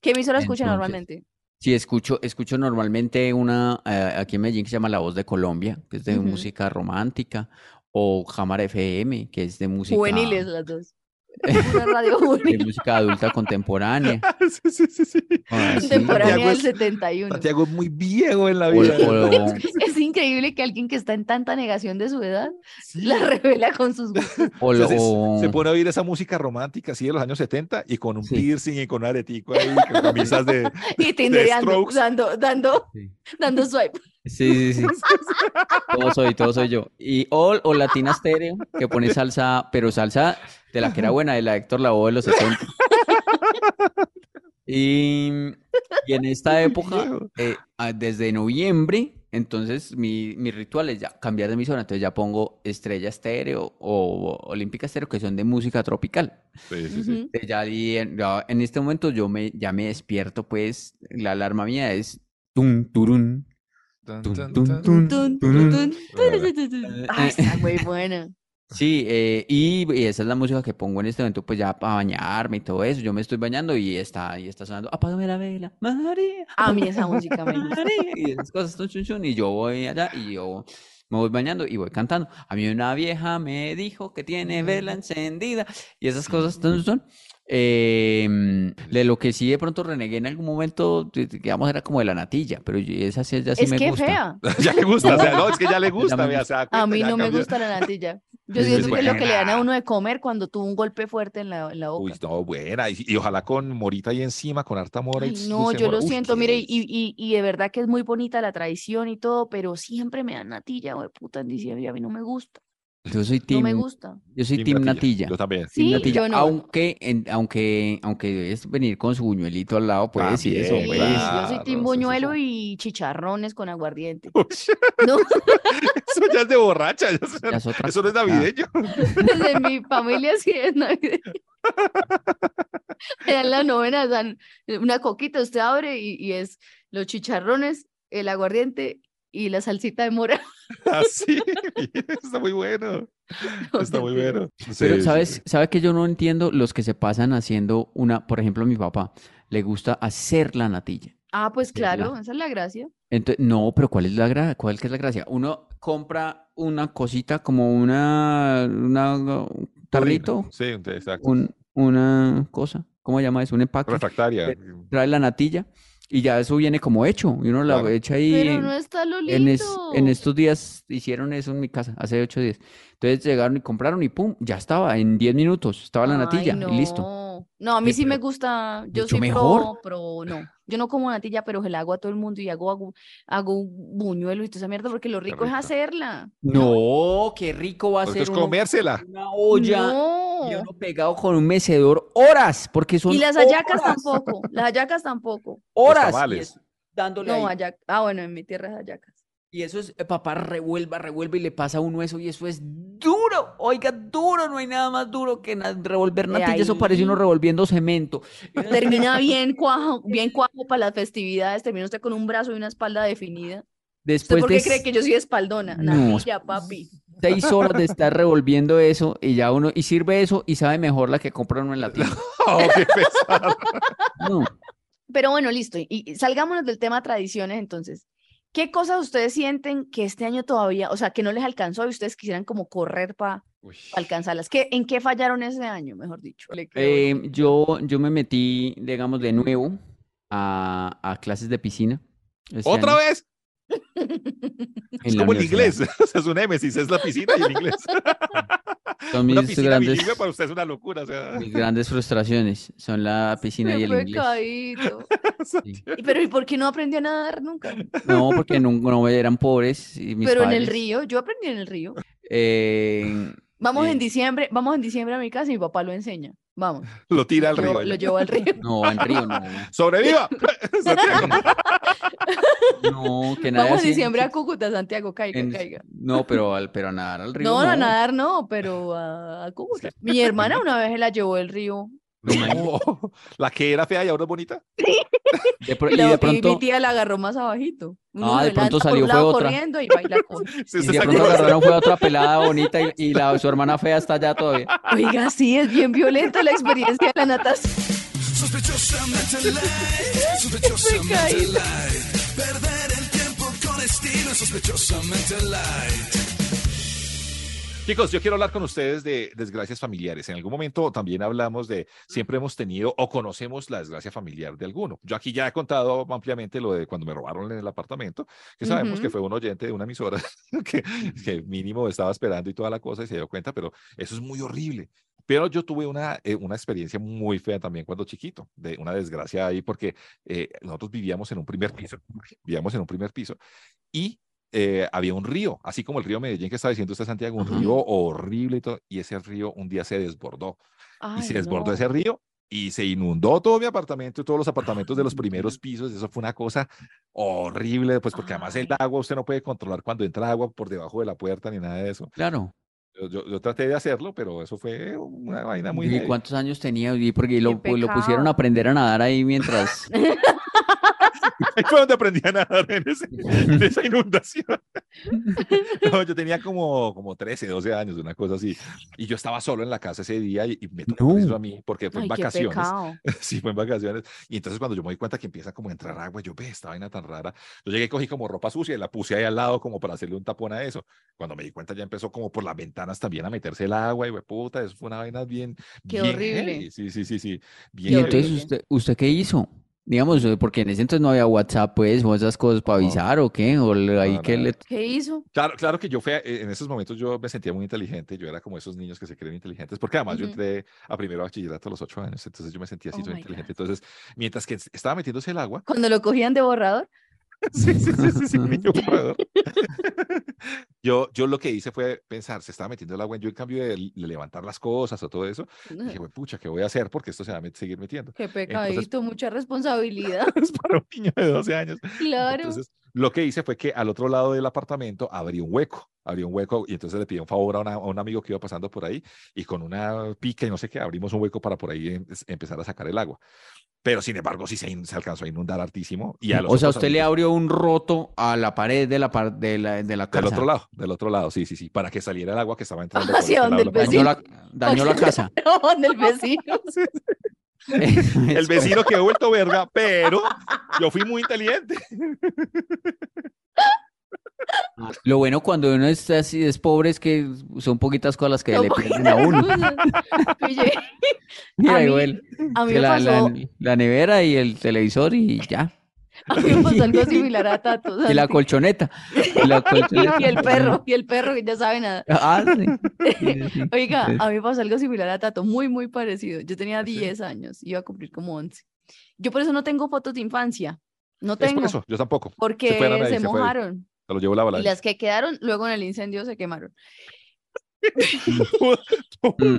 Speaker 6: ¿Qué emisora escucha
Speaker 2: Entonces,
Speaker 6: normalmente?
Speaker 2: Sí, escucho, escucho normalmente una eh, aquí en Medellín que se llama La Voz de Colombia, que es de
Speaker 6: Ujú.
Speaker 2: música romántica, o Cámara FM, que es de música,
Speaker 6: Juveniles las dos. <laughs> Una
Speaker 1: <laughs>
Speaker 6: radio
Speaker 2: de
Speaker 6: juvenil,
Speaker 2: música adulta
Speaker 6: <laughs>
Speaker 2: contemporánea.
Speaker 1: <laughs> sí, sí, sí, sí.
Speaker 2: Ah, sí.
Speaker 6: contemporánea
Speaker 1: Santiago
Speaker 6: del
Speaker 1: es-
Speaker 6: 71.
Speaker 1: Santiago es muy viejo en la
Speaker 2: O-
Speaker 1: vida.
Speaker 2: o-
Speaker 6: Es increíble que alguien que está en tanta negación de su edad
Speaker 1: Sí.
Speaker 6: la revela con sus gustos.
Speaker 2: o <laughs>
Speaker 1: O sea,
Speaker 2: lo-
Speaker 1: se, se
Speaker 2: o-
Speaker 1: pone a oír esa música romántica así de los años 70 y con un
Speaker 2: Sí.
Speaker 1: piercing y con un aretico ahí, con camisas de... <laughs>
Speaker 6: y tindereando,
Speaker 1: Strokes.
Speaker 6: dando, dando,
Speaker 2: Sí.
Speaker 6: dando swipe.
Speaker 2: Sí, sí, sí. Todo soy, todo soy yo. Y o, o Latina Stereo, que pone salsa, pero salsa de la que era buena, de la Héctor Lavoe de los 70. Y, y en esta época, eh, ah, desde noviembre, entonces mi, mi ritual es ya cambiar de emisora. Entonces ya pongo Estrella Estéreo o Olímpica Estéreo, que son de música tropical.
Speaker 1: Sí, sí, sí.
Speaker 6: Ujú.
Speaker 2: Eh, Ya, di- en, ya en este momento yo me, ya me despierto, pues la alarma mía es tum, turun,
Speaker 1: Tan,
Speaker 2: Tun,
Speaker 1: tan,
Speaker 2: tun,
Speaker 1: tan.
Speaker 2: tun, tun,
Speaker 6: Tun, tun, tun,
Speaker 1: Claro.
Speaker 6: tun, tun, tun. Ah,
Speaker 1: Eh,
Speaker 6: está muy buena.
Speaker 2: Eh, Sí, eh, y, y esa es la música que pongo en este momento, pues ya para bañarme y todo eso. Yo me estoy bañando y está, y está sonando, apágame la vela, María,
Speaker 6: A mí esa música
Speaker 1: <laughs>
Speaker 6: me gusta.
Speaker 2: María", y esas cosas, tun, chun, chun, y yo voy allá y yo me voy bañando y voy cantando. A mí una vieja me dijo que tiene vela encendida y esas cosas, tun, chun, chun. Em, de lo que sí de pronto renegué en algún momento, de- de- digamos, era como de la natilla, pero yo- esa sí, ya sí
Speaker 6: es
Speaker 2: me
Speaker 6: que
Speaker 2: gusta.
Speaker 1: <laughs>
Speaker 6: fea.
Speaker 1: <laughs> ya le gusta, o sea, no, es que ya le gusta,
Speaker 2: me
Speaker 1: vea, se da
Speaker 6: A
Speaker 1: cuenta,
Speaker 6: mí
Speaker 1: ya
Speaker 6: no me
Speaker 1: cambió.
Speaker 6: gusta la natilla. Yo
Speaker 2: Pues
Speaker 6: siento
Speaker 2: es
Speaker 6: que es lo que le dan a
Speaker 2: buena.
Speaker 6: uno de comer cuando tuvo un golpe fuerte en la, en la
Speaker 1: Uy,
Speaker 6: boca.
Speaker 1: no, buena, y, y ojalá con morita ahí encima, con harta mora. y
Speaker 6: Ay,
Speaker 1: dulce
Speaker 6: no, yo
Speaker 1: mora.
Speaker 6: lo
Speaker 1: Uy,
Speaker 6: siento,
Speaker 1: qué
Speaker 6: mire, y,
Speaker 1: delicia.
Speaker 6: y, y de verdad que es muy bonita la tradición y todo, pero siempre me dan natilla, güey, puta, en diciembre, y a mí no me gusta,
Speaker 2: Yo soy
Speaker 6: no me
Speaker 2: team-
Speaker 6: gusta.
Speaker 2: yo soy
Speaker 1: Team
Speaker 2: team
Speaker 1: natilla,
Speaker 2: natilla.
Speaker 1: Yo también.
Speaker 2: Sin
Speaker 6: Sí,
Speaker 2: natilla,
Speaker 6: yo no.
Speaker 2: aunque, en- aunque, aunque es venir con su buñuelito al lado, pues, y eso,
Speaker 1: También,
Speaker 2: pues.
Speaker 6: Sí, yo soy
Speaker 1: claro, sí, sí,
Speaker 6: team buñuelo
Speaker 1: sí.
Speaker 6: y chicharrones con aguardiente.
Speaker 1: Uy,
Speaker 6: No,
Speaker 1: <laughs> eso ya es de borracha, ya es-
Speaker 2: ya es otra
Speaker 1: eso no es
Speaker 2: cosa.
Speaker 1: navideño. <laughs>
Speaker 6: desde mi familia sí es navideño. Me dan la novena, dan una coquita, usted abre y, y es los chicharrones, el aguardiente y la salsita de mora. <laughs>
Speaker 1: Así, Ah, <laughs> está muy bueno. Está muy bueno.
Speaker 2: Pero,
Speaker 1: Sí, sí,
Speaker 2: ¿sabes?
Speaker 1: sí.
Speaker 2: ¿Sabe que yo no entiendo los que se pasan haciendo una, por ejemplo, a mi papá le gusta hacer la natilla?
Speaker 6: Ah, pues
Speaker 2: Sí, la-
Speaker 6: claro, esa es la gracia.
Speaker 2: Entonces, no, pero ¿cuál es la gra- cuál que es la gracia? Uno compra una cosita como una, una un tarrito,
Speaker 1: Sí, exacto.
Speaker 2: un- una cosa, ¿cómo se llama eso? Un empaque.
Speaker 1: Refractaria.
Speaker 2: Trae la natilla y ya eso viene como hecho. Y uno la
Speaker 1: Claro.
Speaker 2: echa ahí
Speaker 6: Pero
Speaker 2: en-
Speaker 6: no está lo
Speaker 2: En, es- en
Speaker 6: lindo.
Speaker 2: estos días hicieron eso en mi casa, hace ocho días. Entonces llegaron y compraron y pum, ya estaba, en 10 minutos, estaba la
Speaker 6: Ay,
Speaker 2: natilla y listo.
Speaker 6: no. No, a mí sí me gusta. Yo
Speaker 2: mucho
Speaker 6: soy
Speaker 2: mejor.
Speaker 6: pro, pro, no. Yo no como natilla, pero se la hago a todo el mundo y hago, hago, hago un buñuelo y toda esa mierda, porque lo rico es
Speaker 1: rico.
Speaker 6: hacerla.
Speaker 2: No, qué rico va a
Speaker 1: Porque
Speaker 2: ser
Speaker 1: es
Speaker 2: uno con
Speaker 1: comérsela.
Speaker 2: una olla y
Speaker 6: No.
Speaker 2: uno pegado con un mecedor horas, porque son
Speaker 6: Y las hallacas
Speaker 2: horas,
Speaker 6: tampoco. Las hallacas tampoco.
Speaker 2: horas, y
Speaker 1: tamales.
Speaker 2: es dándole
Speaker 6: No,
Speaker 2: ahí.
Speaker 6: hallac- Ah, bueno, en mi tierra es hallacas.
Speaker 2: Y eso es, eh, papá, revuelva, revuelva y le pasa a uno eso y eso es duro. Oiga, duro, no hay nada más duro que na- revolver
Speaker 6: Eh,
Speaker 2: natilla. Eso parece uno
Speaker 6: ahí-
Speaker 2: revolviendo cemento. Y uno está-
Speaker 6: Termina bien cuajo, bien cuajo para las festividades. Termina usted con un brazo y una espalda definida. ¿Usted
Speaker 2: Después
Speaker 6: por
Speaker 2: de
Speaker 6: qué cree que yo soy espaldona?
Speaker 2: Pues No,
Speaker 6: Natilla, papi.
Speaker 2: seis horas de estar revolviendo eso y ya uno, y sirve eso y sabe mejor la que compra uno en la
Speaker 1: <laughs>
Speaker 2: tienda.
Speaker 1: <laughs> Oh, qué pesado.
Speaker 2: <laughs> No,
Speaker 6: Pero bueno, listo. y- Y salgámonos del tema tradiciones, entonces. ¿Qué cosas ustedes sienten que este año todavía, o sea, que no les alcanzó y ustedes quisieran como correr para
Speaker 1: Uy.
Speaker 6: alcanzarlas? ¿Qué, ¿En qué fallaron ese año, mejor dicho? Le creo.
Speaker 2: eh, yo, yo me metí, digamos, de nuevo a, a clases de piscina. este
Speaker 1: ¿Otra
Speaker 2: año
Speaker 1: vez?
Speaker 2: en
Speaker 1: Es
Speaker 2: la
Speaker 1: como el
Speaker 2: universidad.
Speaker 1: inglés. <laughs> O sea, es un némesis, es la piscina y el inglés.
Speaker 2: Son <laughs> mis
Speaker 1: Una piscina
Speaker 2: grandes,
Speaker 1: bilingüe para usted es una locura. O sea,
Speaker 2: mis grandes frustraciones, son
Speaker 1: <laughs>
Speaker 2: la piscina y el
Speaker 6: Fue
Speaker 2: inglés.
Speaker 6: caído.
Speaker 2: <laughs> sí.
Speaker 6: Y- Pero ¿y por qué no aprendí a nadar nunca?
Speaker 2: No, porque no, no eran pobres y mis
Speaker 6: Pero en el
Speaker 2: padres,
Speaker 6: río, yo aprendí en el río.
Speaker 2: eh,
Speaker 6: Vamos en
Speaker 2: Sí.
Speaker 6: diciembre, vamos en diciembre a mi casa y mi papá lo enseña. Vamos.
Speaker 1: Lo tira al
Speaker 6: lo-
Speaker 1: río.
Speaker 6: Lo llevo
Speaker 2: <laughs>
Speaker 6: al río.
Speaker 2: No, en Río no. <laughs>
Speaker 1: ¡Sobreviva! <laughs> Santiago.
Speaker 2: No,
Speaker 6: <laughs>
Speaker 2: que nadie
Speaker 6: Vamos
Speaker 2: así-
Speaker 6: diciembre a Cúcuta, Santiago, caiga,
Speaker 2: en-
Speaker 6: caiga.
Speaker 2: No, pero, al, pero a nadar al río.
Speaker 6: No, a
Speaker 2: no.
Speaker 6: nadar no, pero a, a Cúcuta. Mi hermana una vez se la llevó el río.
Speaker 1: <laughs> No, la que era fea y ahora es bonita.
Speaker 2: De pro-
Speaker 6: Y,
Speaker 2: y
Speaker 6: la-
Speaker 2: de
Speaker 6: y
Speaker 2: pronto,
Speaker 6: mi tía la agarró más abajito.
Speaker 2: Ah, de pronto
Speaker 6: adelanta por
Speaker 2: salió,
Speaker 6: un
Speaker 2: fue
Speaker 6: lado
Speaker 2: otra.
Speaker 6: corriendo y baila
Speaker 2: <laughs>
Speaker 6: con.
Speaker 1: Sí,
Speaker 2: y
Speaker 1: se
Speaker 2: de
Speaker 1: sacó
Speaker 2: pronto
Speaker 1: la-
Speaker 2: agarraron
Speaker 1: <laughs>
Speaker 2: fue a otra pelada bonita y, y la, su hermana fea está allá todavía.
Speaker 6: Oiga, sí, es bien violenta la experiencia de la natación.
Speaker 1: <laughs>
Speaker 7: Sospechosamente light,
Speaker 6: Me
Speaker 7: sospechosamente
Speaker 6: caí.
Speaker 7: light. Perder el tiempo con estilo, sospechosamente light.
Speaker 1: Chicos, yo quiero hablar con ustedes de desgracias familiares. En algún momento también hablamos de, siempre hemos tenido o conocemos la desgracia familiar de alguno. Yo aquí ya he contado ampliamente lo de cuando me robaron en el apartamento, que sabemos que
Speaker 6: Ujú.
Speaker 1: fue un oyente de una emisora <laughs> que, que mínimo estaba esperando y toda la cosa y se dio cuenta, pero eso es muy horrible. Pero yo tuve una, eh, una experiencia muy fea también cuando chiquito, de una desgracia ahí, porque eh, nosotros vivíamos en un primer <laughs> piso, vivíamos en un primer piso y eh, había un río, así como el río Medellín que está diciendo usted, Santiago, un
Speaker 2: Ajá.
Speaker 1: río horrible y todo, y ese río un día se desbordó, y
Speaker 6: Ay,
Speaker 1: se desbordó
Speaker 6: no.
Speaker 1: ese río y se inundó todo mi apartamento y todos los apartamentos de los
Speaker 6: <laughs>
Speaker 1: primeros pisos, eso fue una cosa horrible, pues porque además el
Speaker 6: Ay.
Speaker 1: agua usted no puede controlar cuando entra agua por debajo de la puerta ni nada de eso.
Speaker 2: Claro.
Speaker 1: Yo, yo- yo traté de hacerlo, pero eso fue una vaina muy...
Speaker 2: ¿Y
Speaker 1: heavy.
Speaker 2: cuántos años tenía? Y porque lo,
Speaker 6: Qué
Speaker 2: pues, lo pusieron
Speaker 6: pecado.
Speaker 2: a aprender a nadar ahí
Speaker 6: <laughs>
Speaker 2: mientras.
Speaker 1: Ahí fue donde aprendí a nadar en, ese- en esa inundación.
Speaker 6: <laughs>
Speaker 1: No, yo tenía como, como 13, 12 años, una cosa así. Y yo estaba solo en la casa ese día y, y me tocó
Speaker 2: No.
Speaker 1: eso a mí porque fue en
Speaker 6: Ay, qué
Speaker 1: vacaciones.
Speaker 6: pecado.
Speaker 1: <laughs> Sí, fue en vacaciones. Y entonces cuando yo me di cuenta que empieza como a entrar agua, yo ve esta vaina tan rara. Yo llegué, cogí como ropa sucia y la puse ahí al lado como para hacerle un tapón a eso. Cuando me di cuenta ya empezó como por las ventanas también a meterse el agua y güey, puta, eso fue una vaina bien.
Speaker 6: Qué
Speaker 1: bien
Speaker 6: horrible.
Speaker 1: heavy. Sí, sí, sí, sí. Bien
Speaker 2: Y
Speaker 1: heavy.
Speaker 2: entonces,
Speaker 6: horrible.
Speaker 2: ¿usted, usted qué hizo? Digamos, eh, porque en ese entonces no había WhatsApp, pues, o esas cosas para
Speaker 1: No.
Speaker 2: avisar o qué, o le- ahí
Speaker 1: No,
Speaker 2: que
Speaker 1: nada.
Speaker 2: le...
Speaker 6: ¿Qué hizo?
Speaker 1: Claro, claro que yo fui, a- eh, en esos momentos yo me sentía muy inteligente, yo era como esos niños que se creen inteligentes, porque además yo
Speaker 6: Ujú.
Speaker 1: entré a primero bachillerato a los ocho años, entonces yo me sentía así
Speaker 6: Oh my
Speaker 1: todo
Speaker 6: God.
Speaker 1: inteligente. Entonces, mientras que es- estaba metiéndose el agua, <laughs>
Speaker 6: Cuando lo cogían de borrador.
Speaker 1: sí, sí, sí, sí,
Speaker 6: <laughs>
Speaker 1: sí, niño borrador. <laughs> yo, yo lo que hice fue pensar, se estaba metiendo el agua, yo en cambio de l- levantar las cosas o todo eso, dije, "Güey, pucha, ¿qué voy a hacer? Porque esto se va a met- seguir metiendo. <laughs>
Speaker 6: Qué pecadito, mucha responsabilidad. <laughs>
Speaker 1: Es para un niño de 12 años.
Speaker 6: Claro.
Speaker 1: Entonces, lo que hice fue que al otro lado del apartamento abrí un hueco, abrí un hueco y entonces le pedí un favor a, una- a un amigo que iba pasando por ahí y con una pica y no sé qué, abrimos un hueco para por ahí em- es- empezar a sacar el agua. Pero sin embargo, sí se, in- se alcanzó a inundar hartísimo. Y a los
Speaker 2: O sea,
Speaker 1: otros
Speaker 2: usted le
Speaker 1: amigos-
Speaker 2: abrió un roto a la pared de la, par- de la, de la
Speaker 1: Del
Speaker 2: casa.
Speaker 1: otro lado, del otro lado, sí, sí, sí, para que saliera el agua que estaba entrando.
Speaker 6: Hacia
Speaker 1: este
Speaker 6: donde Ah, el
Speaker 1: lado de
Speaker 2: Dañó
Speaker 1: la
Speaker 6: vecino.
Speaker 2: la, dañó la
Speaker 6: <laughs>
Speaker 2: casa. <laughs>
Speaker 6: No, del
Speaker 1: <laughs>
Speaker 6: vecino.
Speaker 1: casa. El vecino quedó vuelto verga,
Speaker 6: <laughs>
Speaker 1: pero yo fui muy inteligente.
Speaker 2: Lo bueno cuando uno es así, es pobre, es que son poquitas cosas las que
Speaker 6: Lo
Speaker 2: le
Speaker 6: poquito
Speaker 2: pierden a
Speaker 6: <laughs>
Speaker 2: uno. <laughs>
Speaker 6: Oye,
Speaker 2: Mira,
Speaker 6: mí-
Speaker 2: igual,
Speaker 6: a mí
Speaker 2: que
Speaker 6: me
Speaker 2: la, la-
Speaker 6: pasó,
Speaker 2: la nevera y el televisor y ya.
Speaker 6: a mí me pasó
Speaker 1: <laughs>
Speaker 6: algo similar a Tato.
Speaker 2: Y la
Speaker 6: Santi.
Speaker 2: colchoneta. Y, la colchoneta.
Speaker 6: <laughs> Y el perro, y el perro que ya sabe nada.
Speaker 2: Ah, sí. Sí, sí.
Speaker 6: Oiga,
Speaker 2: Sí.
Speaker 6: a mí me pasó algo similar a Tato, muy, muy parecido. Yo tenía
Speaker 1: ¿Sí?
Speaker 6: 10 años, iba a cumplir como 11. Yo por eso no tengo fotos de infancia. No
Speaker 1: Es
Speaker 6: tengo,
Speaker 1: por eso, yo tampoco.
Speaker 6: porque se,
Speaker 1: fueron ahí, se fue ahí.
Speaker 6: mojaron.
Speaker 1: Se lo llevó la
Speaker 6: Y
Speaker 1: <laughs> balanza.
Speaker 6: las que quedaron, luego en el incendio se quemaron.
Speaker 2: Mm.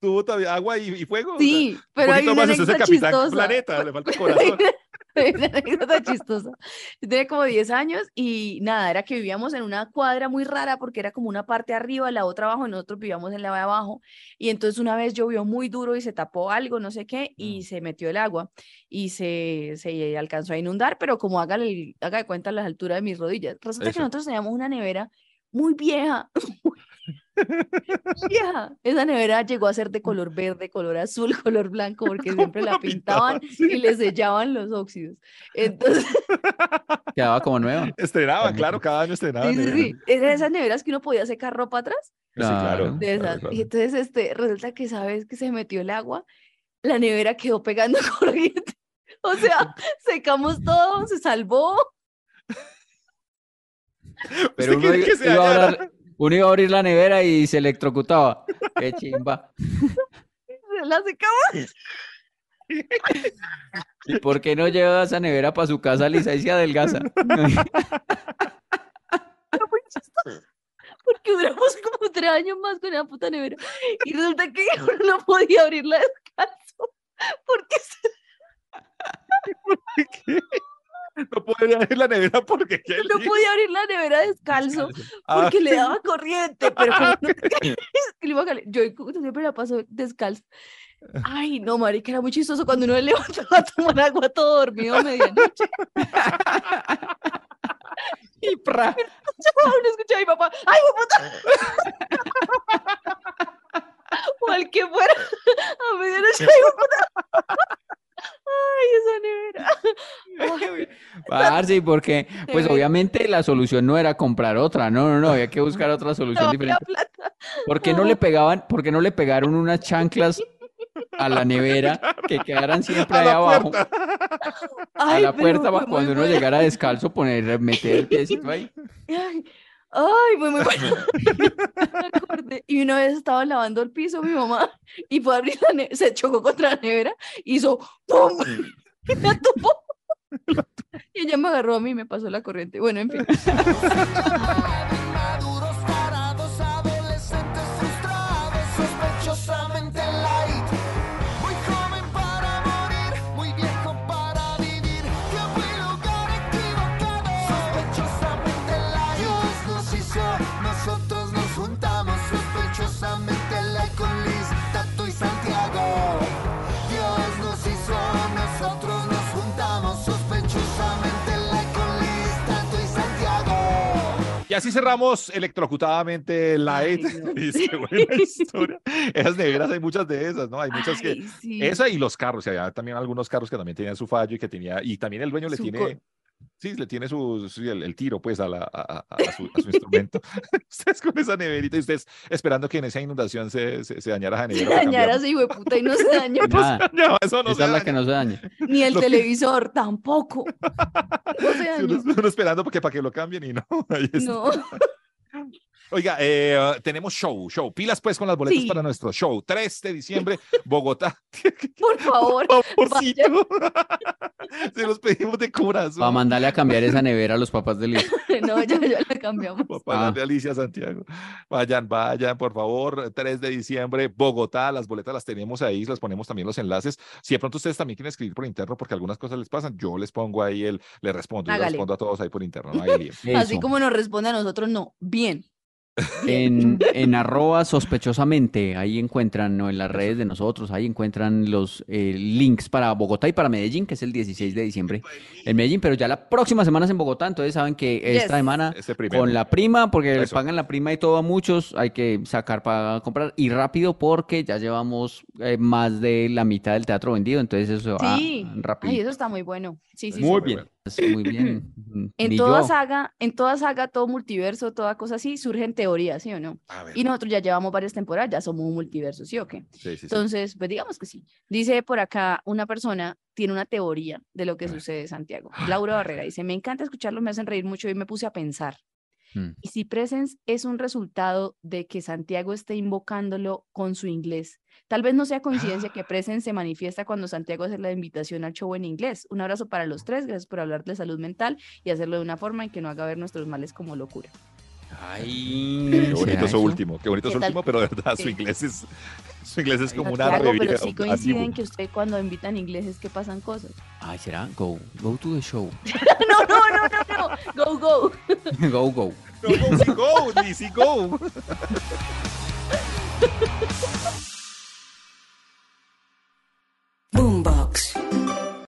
Speaker 1: Tuvo todavía agua y, y fuego. o sea,
Speaker 6: Sí, pero
Speaker 1: un
Speaker 6: hay
Speaker 1: poquito
Speaker 6: una
Speaker 1: más, usted es el
Speaker 6: anécdota
Speaker 1: capitán
Speaker 6: chistosa.
Speaker 1: planeta,
Speaker 6: <laughs>
Speaker 1: le falta corazón.
Speaker 6: Hay una anécdota chistosa. Yo tenía como 10 años y nada, era que vivíamos en una cuadra muy rara porque era como una parte arriba, la otra abajo, y nosotros vivíamos en la de abajo. Y entonces una vez llovió muy duro y se tapó algo, no sé qué,
Speaker 1: Mm.
Speaker 6: y se metió el agua y se, se alcanzó a inundar, pero como haga, el- haga de cuenta la altura de mis rodillas. Resulta que
Speaker 1: Eso.
Speaker 6: nosotros teníamos una nevera muy vieja. muy vieja. Esa nevera llegó a ser de color verde, color azul, <laughs> color blanco, porque siempre la pintaban y le sellaban los óxidos. Entonces, <laughs>
Speaker 2: Quedaba como
Speaker 1: <laughs>
Speaker 2: nueva.
Speaker 1: Estrenaban,
Speaker 2: Ajá.
Speaker 1: claro, cada año estrenaban.
Speaker 6: sí, sí,
Speaker 1: eh.
Speaker 6: sí, eran esas neveras que uno podía secar ropa atrás.
Speaker 1: Sí, claro.
Speaker 2: Claro.
Speaker 6: De
Speaker 1: claro,
Speaker 6: esas.
Speaker 1: claro.
Speaker 6: Y entonces, este, resulta que sabes que se metió el agua, la nevera quedó pegando <laughs> corriente. O sea, secamos todo, se salvó.
Speaker 2: Pero
Speaker 1: ¿Usted
Speaker 2: uno
Speaker 1: quiere
Speaker 2: iba,
Speaker 1: que se
Speaker 2: iba a
Speaker 1: hallara? <laughs>
Speaker 2: abrir, uno iba a abrir la nevera y se electrocutaba. Qué chimba.
Speaker 6: se La secamos.
Speaker 2: ¿Y por qué no lleva esa nevera para su
Speaker 6: <laughs>
Speaker 2: casa, Lisa? Y se adelgaza.
Speaker 6: Fue muy chistoso, porque que duramos como tres años más con esa puta nevera. Y resulta que <laughs> yo no podía abrirla descalzo. Porque <laughs> se-
Speaker 1: No podría abrir la nevera porque qué
Speaker 6: no
Speaker 1: lío.
Speaker 6: podía abrir la nevera descalzo.
Speaker 1: <laughs> Ah,
Speaker 6: Porque
Speaker 2: <laughs>
Speaker 6: le daba corriente, pero como no tenía- <laughs> es que le iba a calen- yo como siempre la paso descalzo. Ay, no, marica, era muy chistoso cuando uno le <laughs> levantaba a tomar agua todo dormido a medianoche.
Speaker 2: Y
Speaker 6: <laughs>
Speaker 2: pra.
Speaker 6: Uno escuchaba a mi papá, ¡ay, puta! <laughs> o al que fuera <laughs> a medianoche, ¡ay, puta! <laughs>
Speaker 2: <laughs>
Speaker 6: ¡Ay, esa nevera! Ay,
Speaker 2: Parce, ¿y por qué? Pues
Speaker 6: Severo.
Speaker 2: obviamente la solución no era comprar otra, no, no, no, había que buscar otra solución
Speaker 6: no, la
Speaker 2: diferente.
Speaker 6: plata.
Speaker 2: ¿Por qué no le pegaban, por qué no le pegaron unas chanclas a la nevera que quedaran siempre
Speaker 1: a
Speaker 2: ahí
Speaker 1: la
Speaker 2: abajo?
Speaker 1: puerta.
Speaker 2: A
Speaker 6: Ay,
Speaker 2: la
Speaker 6: pero
Speaker 2: puerta
Speaker 6: fue
Speaker 2: para
Speaker 6: muy
Speaker 2: cuando uno
Speaker 6: buena.
Speaker 2: llegara descalzo, poner, meter el
Speaker 6: <laughs>
Speaker 2: piecito ahí.
Speaker 6: Ay, ay, fue muy
Speaker 1: <laughs>
Speaker 6: bueno. <laughs> Me acordé. Y una vez estaba lavando el piso mi mamá y fue a abrir la nevera, se chocó contra la nevera, hizo ¡pum! <laughs> Y la tumbó. Y ella me agarró a mí y me pasó la corriente. Bueno,
Speaker 1: <laughs>
Speaker 6: en fin.
Speaker 7: Maduros parados, adolescentes frustrados, sospechosamente light. Muy joven para morir, muy viejo para vivir. Yo fui lugar equivocado, sospechosamente light. Dios nos hizo, nosotros nos juntamos, sospechosamente light con Liz, Tato y Santiago. Dios nos hizo, nosotros nos juntamos, sospechosamente light con Liz, Tato y Santiago.
Speaker 1: Y así cerramos electrocutadamente Light.
Speaker 6: Ay,
Speaker 1: <laughs>
Speaker 6: no.
Speaker 1: Y se vuelve la historia. Esas neveras hay muchas de esas, ¿no? Hay muchas que.
Speaker 6: Ay, sí.
Speaker 1: Esa y los carros. y había también algunos carros que también tenían su fallo y que tenía. Y también el dueño le
Speaker 6: Su
Speaker 1: tiene.
Speaker 6: co-
Speaker 1: Sí, le tiene su, su- el, el tiro, pues, a, la, a, a- a su,
Speaker 6: <laughs>
Speaker 1: a su instrumento. <laughs> ustedes con esa neverita y ustedes esperando que en esa inundación se, se, se dañara esa
Speaker 6: Se
Speaker 1: nevera. para
Speaker 6: dañara ese hijo de puta y no se
Speaker 1: <laughs>
Speaker 6: dañó
Speaker 2: Nada,
Speaker 1: cambiarla. No, eso
Speaker 2: esa
Speaker 1: no
Speaker 2: es
Speaker 1: se
Speaker 2: la que
Speaker 1: daña.
Speaker 2: no se daña.
Speaker 6: ni el
Speaker 1: Lo que-
Speaker 6: televisor tampoco. No se
Speaker 1: Sí, uno,
Speaker 6: dañó.
Speaker 1: uno esperando porque para que lo cambien y no. <laughs> ahí está.
Speaker 6: No.
Speaker 1: Oiga, eh, tenemos show, show. Pilas pues con las boletas
Speaker 6: Sí.
Speaker 1: para nuestro show. 3 de
Speaker 6: <laughs>
Speaker 1: diciembre, Bogotá.
Speaker 6: Por favor. <laughs>
Speaker 1: <laughs> Favorcito. Se los pedimos de corazón.
Speaker 2: Para mandarle a cambiar esa nevera a los papás de Liz.
Speaker 6: No, ya, ya la cambiamos.
Speaker 1: Para
Speaker 2: Ah.
Speaker 1: darle a Alicia Santiago. Vayan, vayan, por favor. 3 de diciembre, Bogotá. Las boletas las tenemos ahí, las ponemos también los enlaces. Si de pronto ustedes también quieren escribir por interno porque algunas cosas les pasan, yo les pongo ahí el, les respondo, yo les
Speaker 6: Hágale.
Speaker 1: respondo a todos ahí por interno.
Speaker 6: <laughs>
Speaker 1: no hay lío.
Speaker 6: <laughs> Así
Speaker 2: Eso.
Speaker 6: como nos responde a nosotros, no. Bien. <laughs>
Speaker 2: En, en arroba sospechosamente, ahí encuentran, o en las redes de nosotros, ahí encuentran los eh, links para Bogotá y para Medellín, que es el 16 de diciembre en Medellín, pero ya la próxima semana es en Bogotá, entonces saben que esta
Speaker 6: Yes.
Speaker 2: semana
Speaker 1: Ese primero.
Speaker 2: con la prima, porque les
Speaker 1: Eso.
Speaker 2: pagan la prima y todo a muchos, hay que sacar para comprar y rápido porque ya llevamos eh, más de la mitad del teatro vendido, entonces eso va
Speaker 6: Sí.
Speaker 2: rápido.
Speaker 6: Ay, eso está muy bueno. Sí, sí, sí.
Speaker 2: Muy
Speaker 1: Muy
Speaker 2: bien, muy
Speaker 6: <laughs>
Speaker 2: bien.
Speaker 6: En
Speaker 2: Ni
Speaker 6: toda
Speaker 2: yo.
Speaker 6: saga, en toda saga, todo multiverso, toda cosa así, surgen teorías, ¿sí o no?
Speaker 1: A ver,
Speaker 6: Y nosotros ya llevamos varias temporadas, ya somos un multiverso, ¿sí o qué?
Speaker 1: sí, sí, sí.
Speaker 6: Entonces, pues digamos que sí. Dice por acá una persona, tiene una teoría de lo que sucede en
Speaker 1: <gasps>
Speaker 6: Santiago. Laura Barrera dice, me encanta escucharlos, me hacen reír mucho y me puse a pensar.
Speaker 1: Hmm.
Speaker 2: Mm.
Speaker 6: Y si Presence es un resultado de que Santiago esté invocándolo con su inglés. Tal vez no sea coincidencia
Speaker 1: <gasps>
Speaker 6: que Presence se manifiesta cuando Santiago hace la invitación al show en inglés. Un abrazo para los tres, gracias por hablar de salud mental y hacerlo de una forma en que no haga ver nuestros males como locura.
Speaker 1: Qué bonito
Speaker 2: ¿será
Speaker 1: eso
Speaker 2: eso?
Speaker 1: último, qué bonito
Speaker 6: ¿Qué
Speaker 1: eso
Speaker 6: tal?
Speaker 1: último, pero de verdad su
Speaker 6: Sí.
Speaker 1: inglés es, su inglés es como una
Speaker 6: Santiago, pero
Speaker 1: revista.
Speaker 6: sí coinciden que usted cuando invitan ingleses que pasan cosas.
Speaker 2: Ay, será go, go to the show. <laughs>
Speaker 6: No, no, no, no, no. Go, go.
Speaker 2: Go, go.
Speaker 1: No, go, sí, go, Lizzy, go.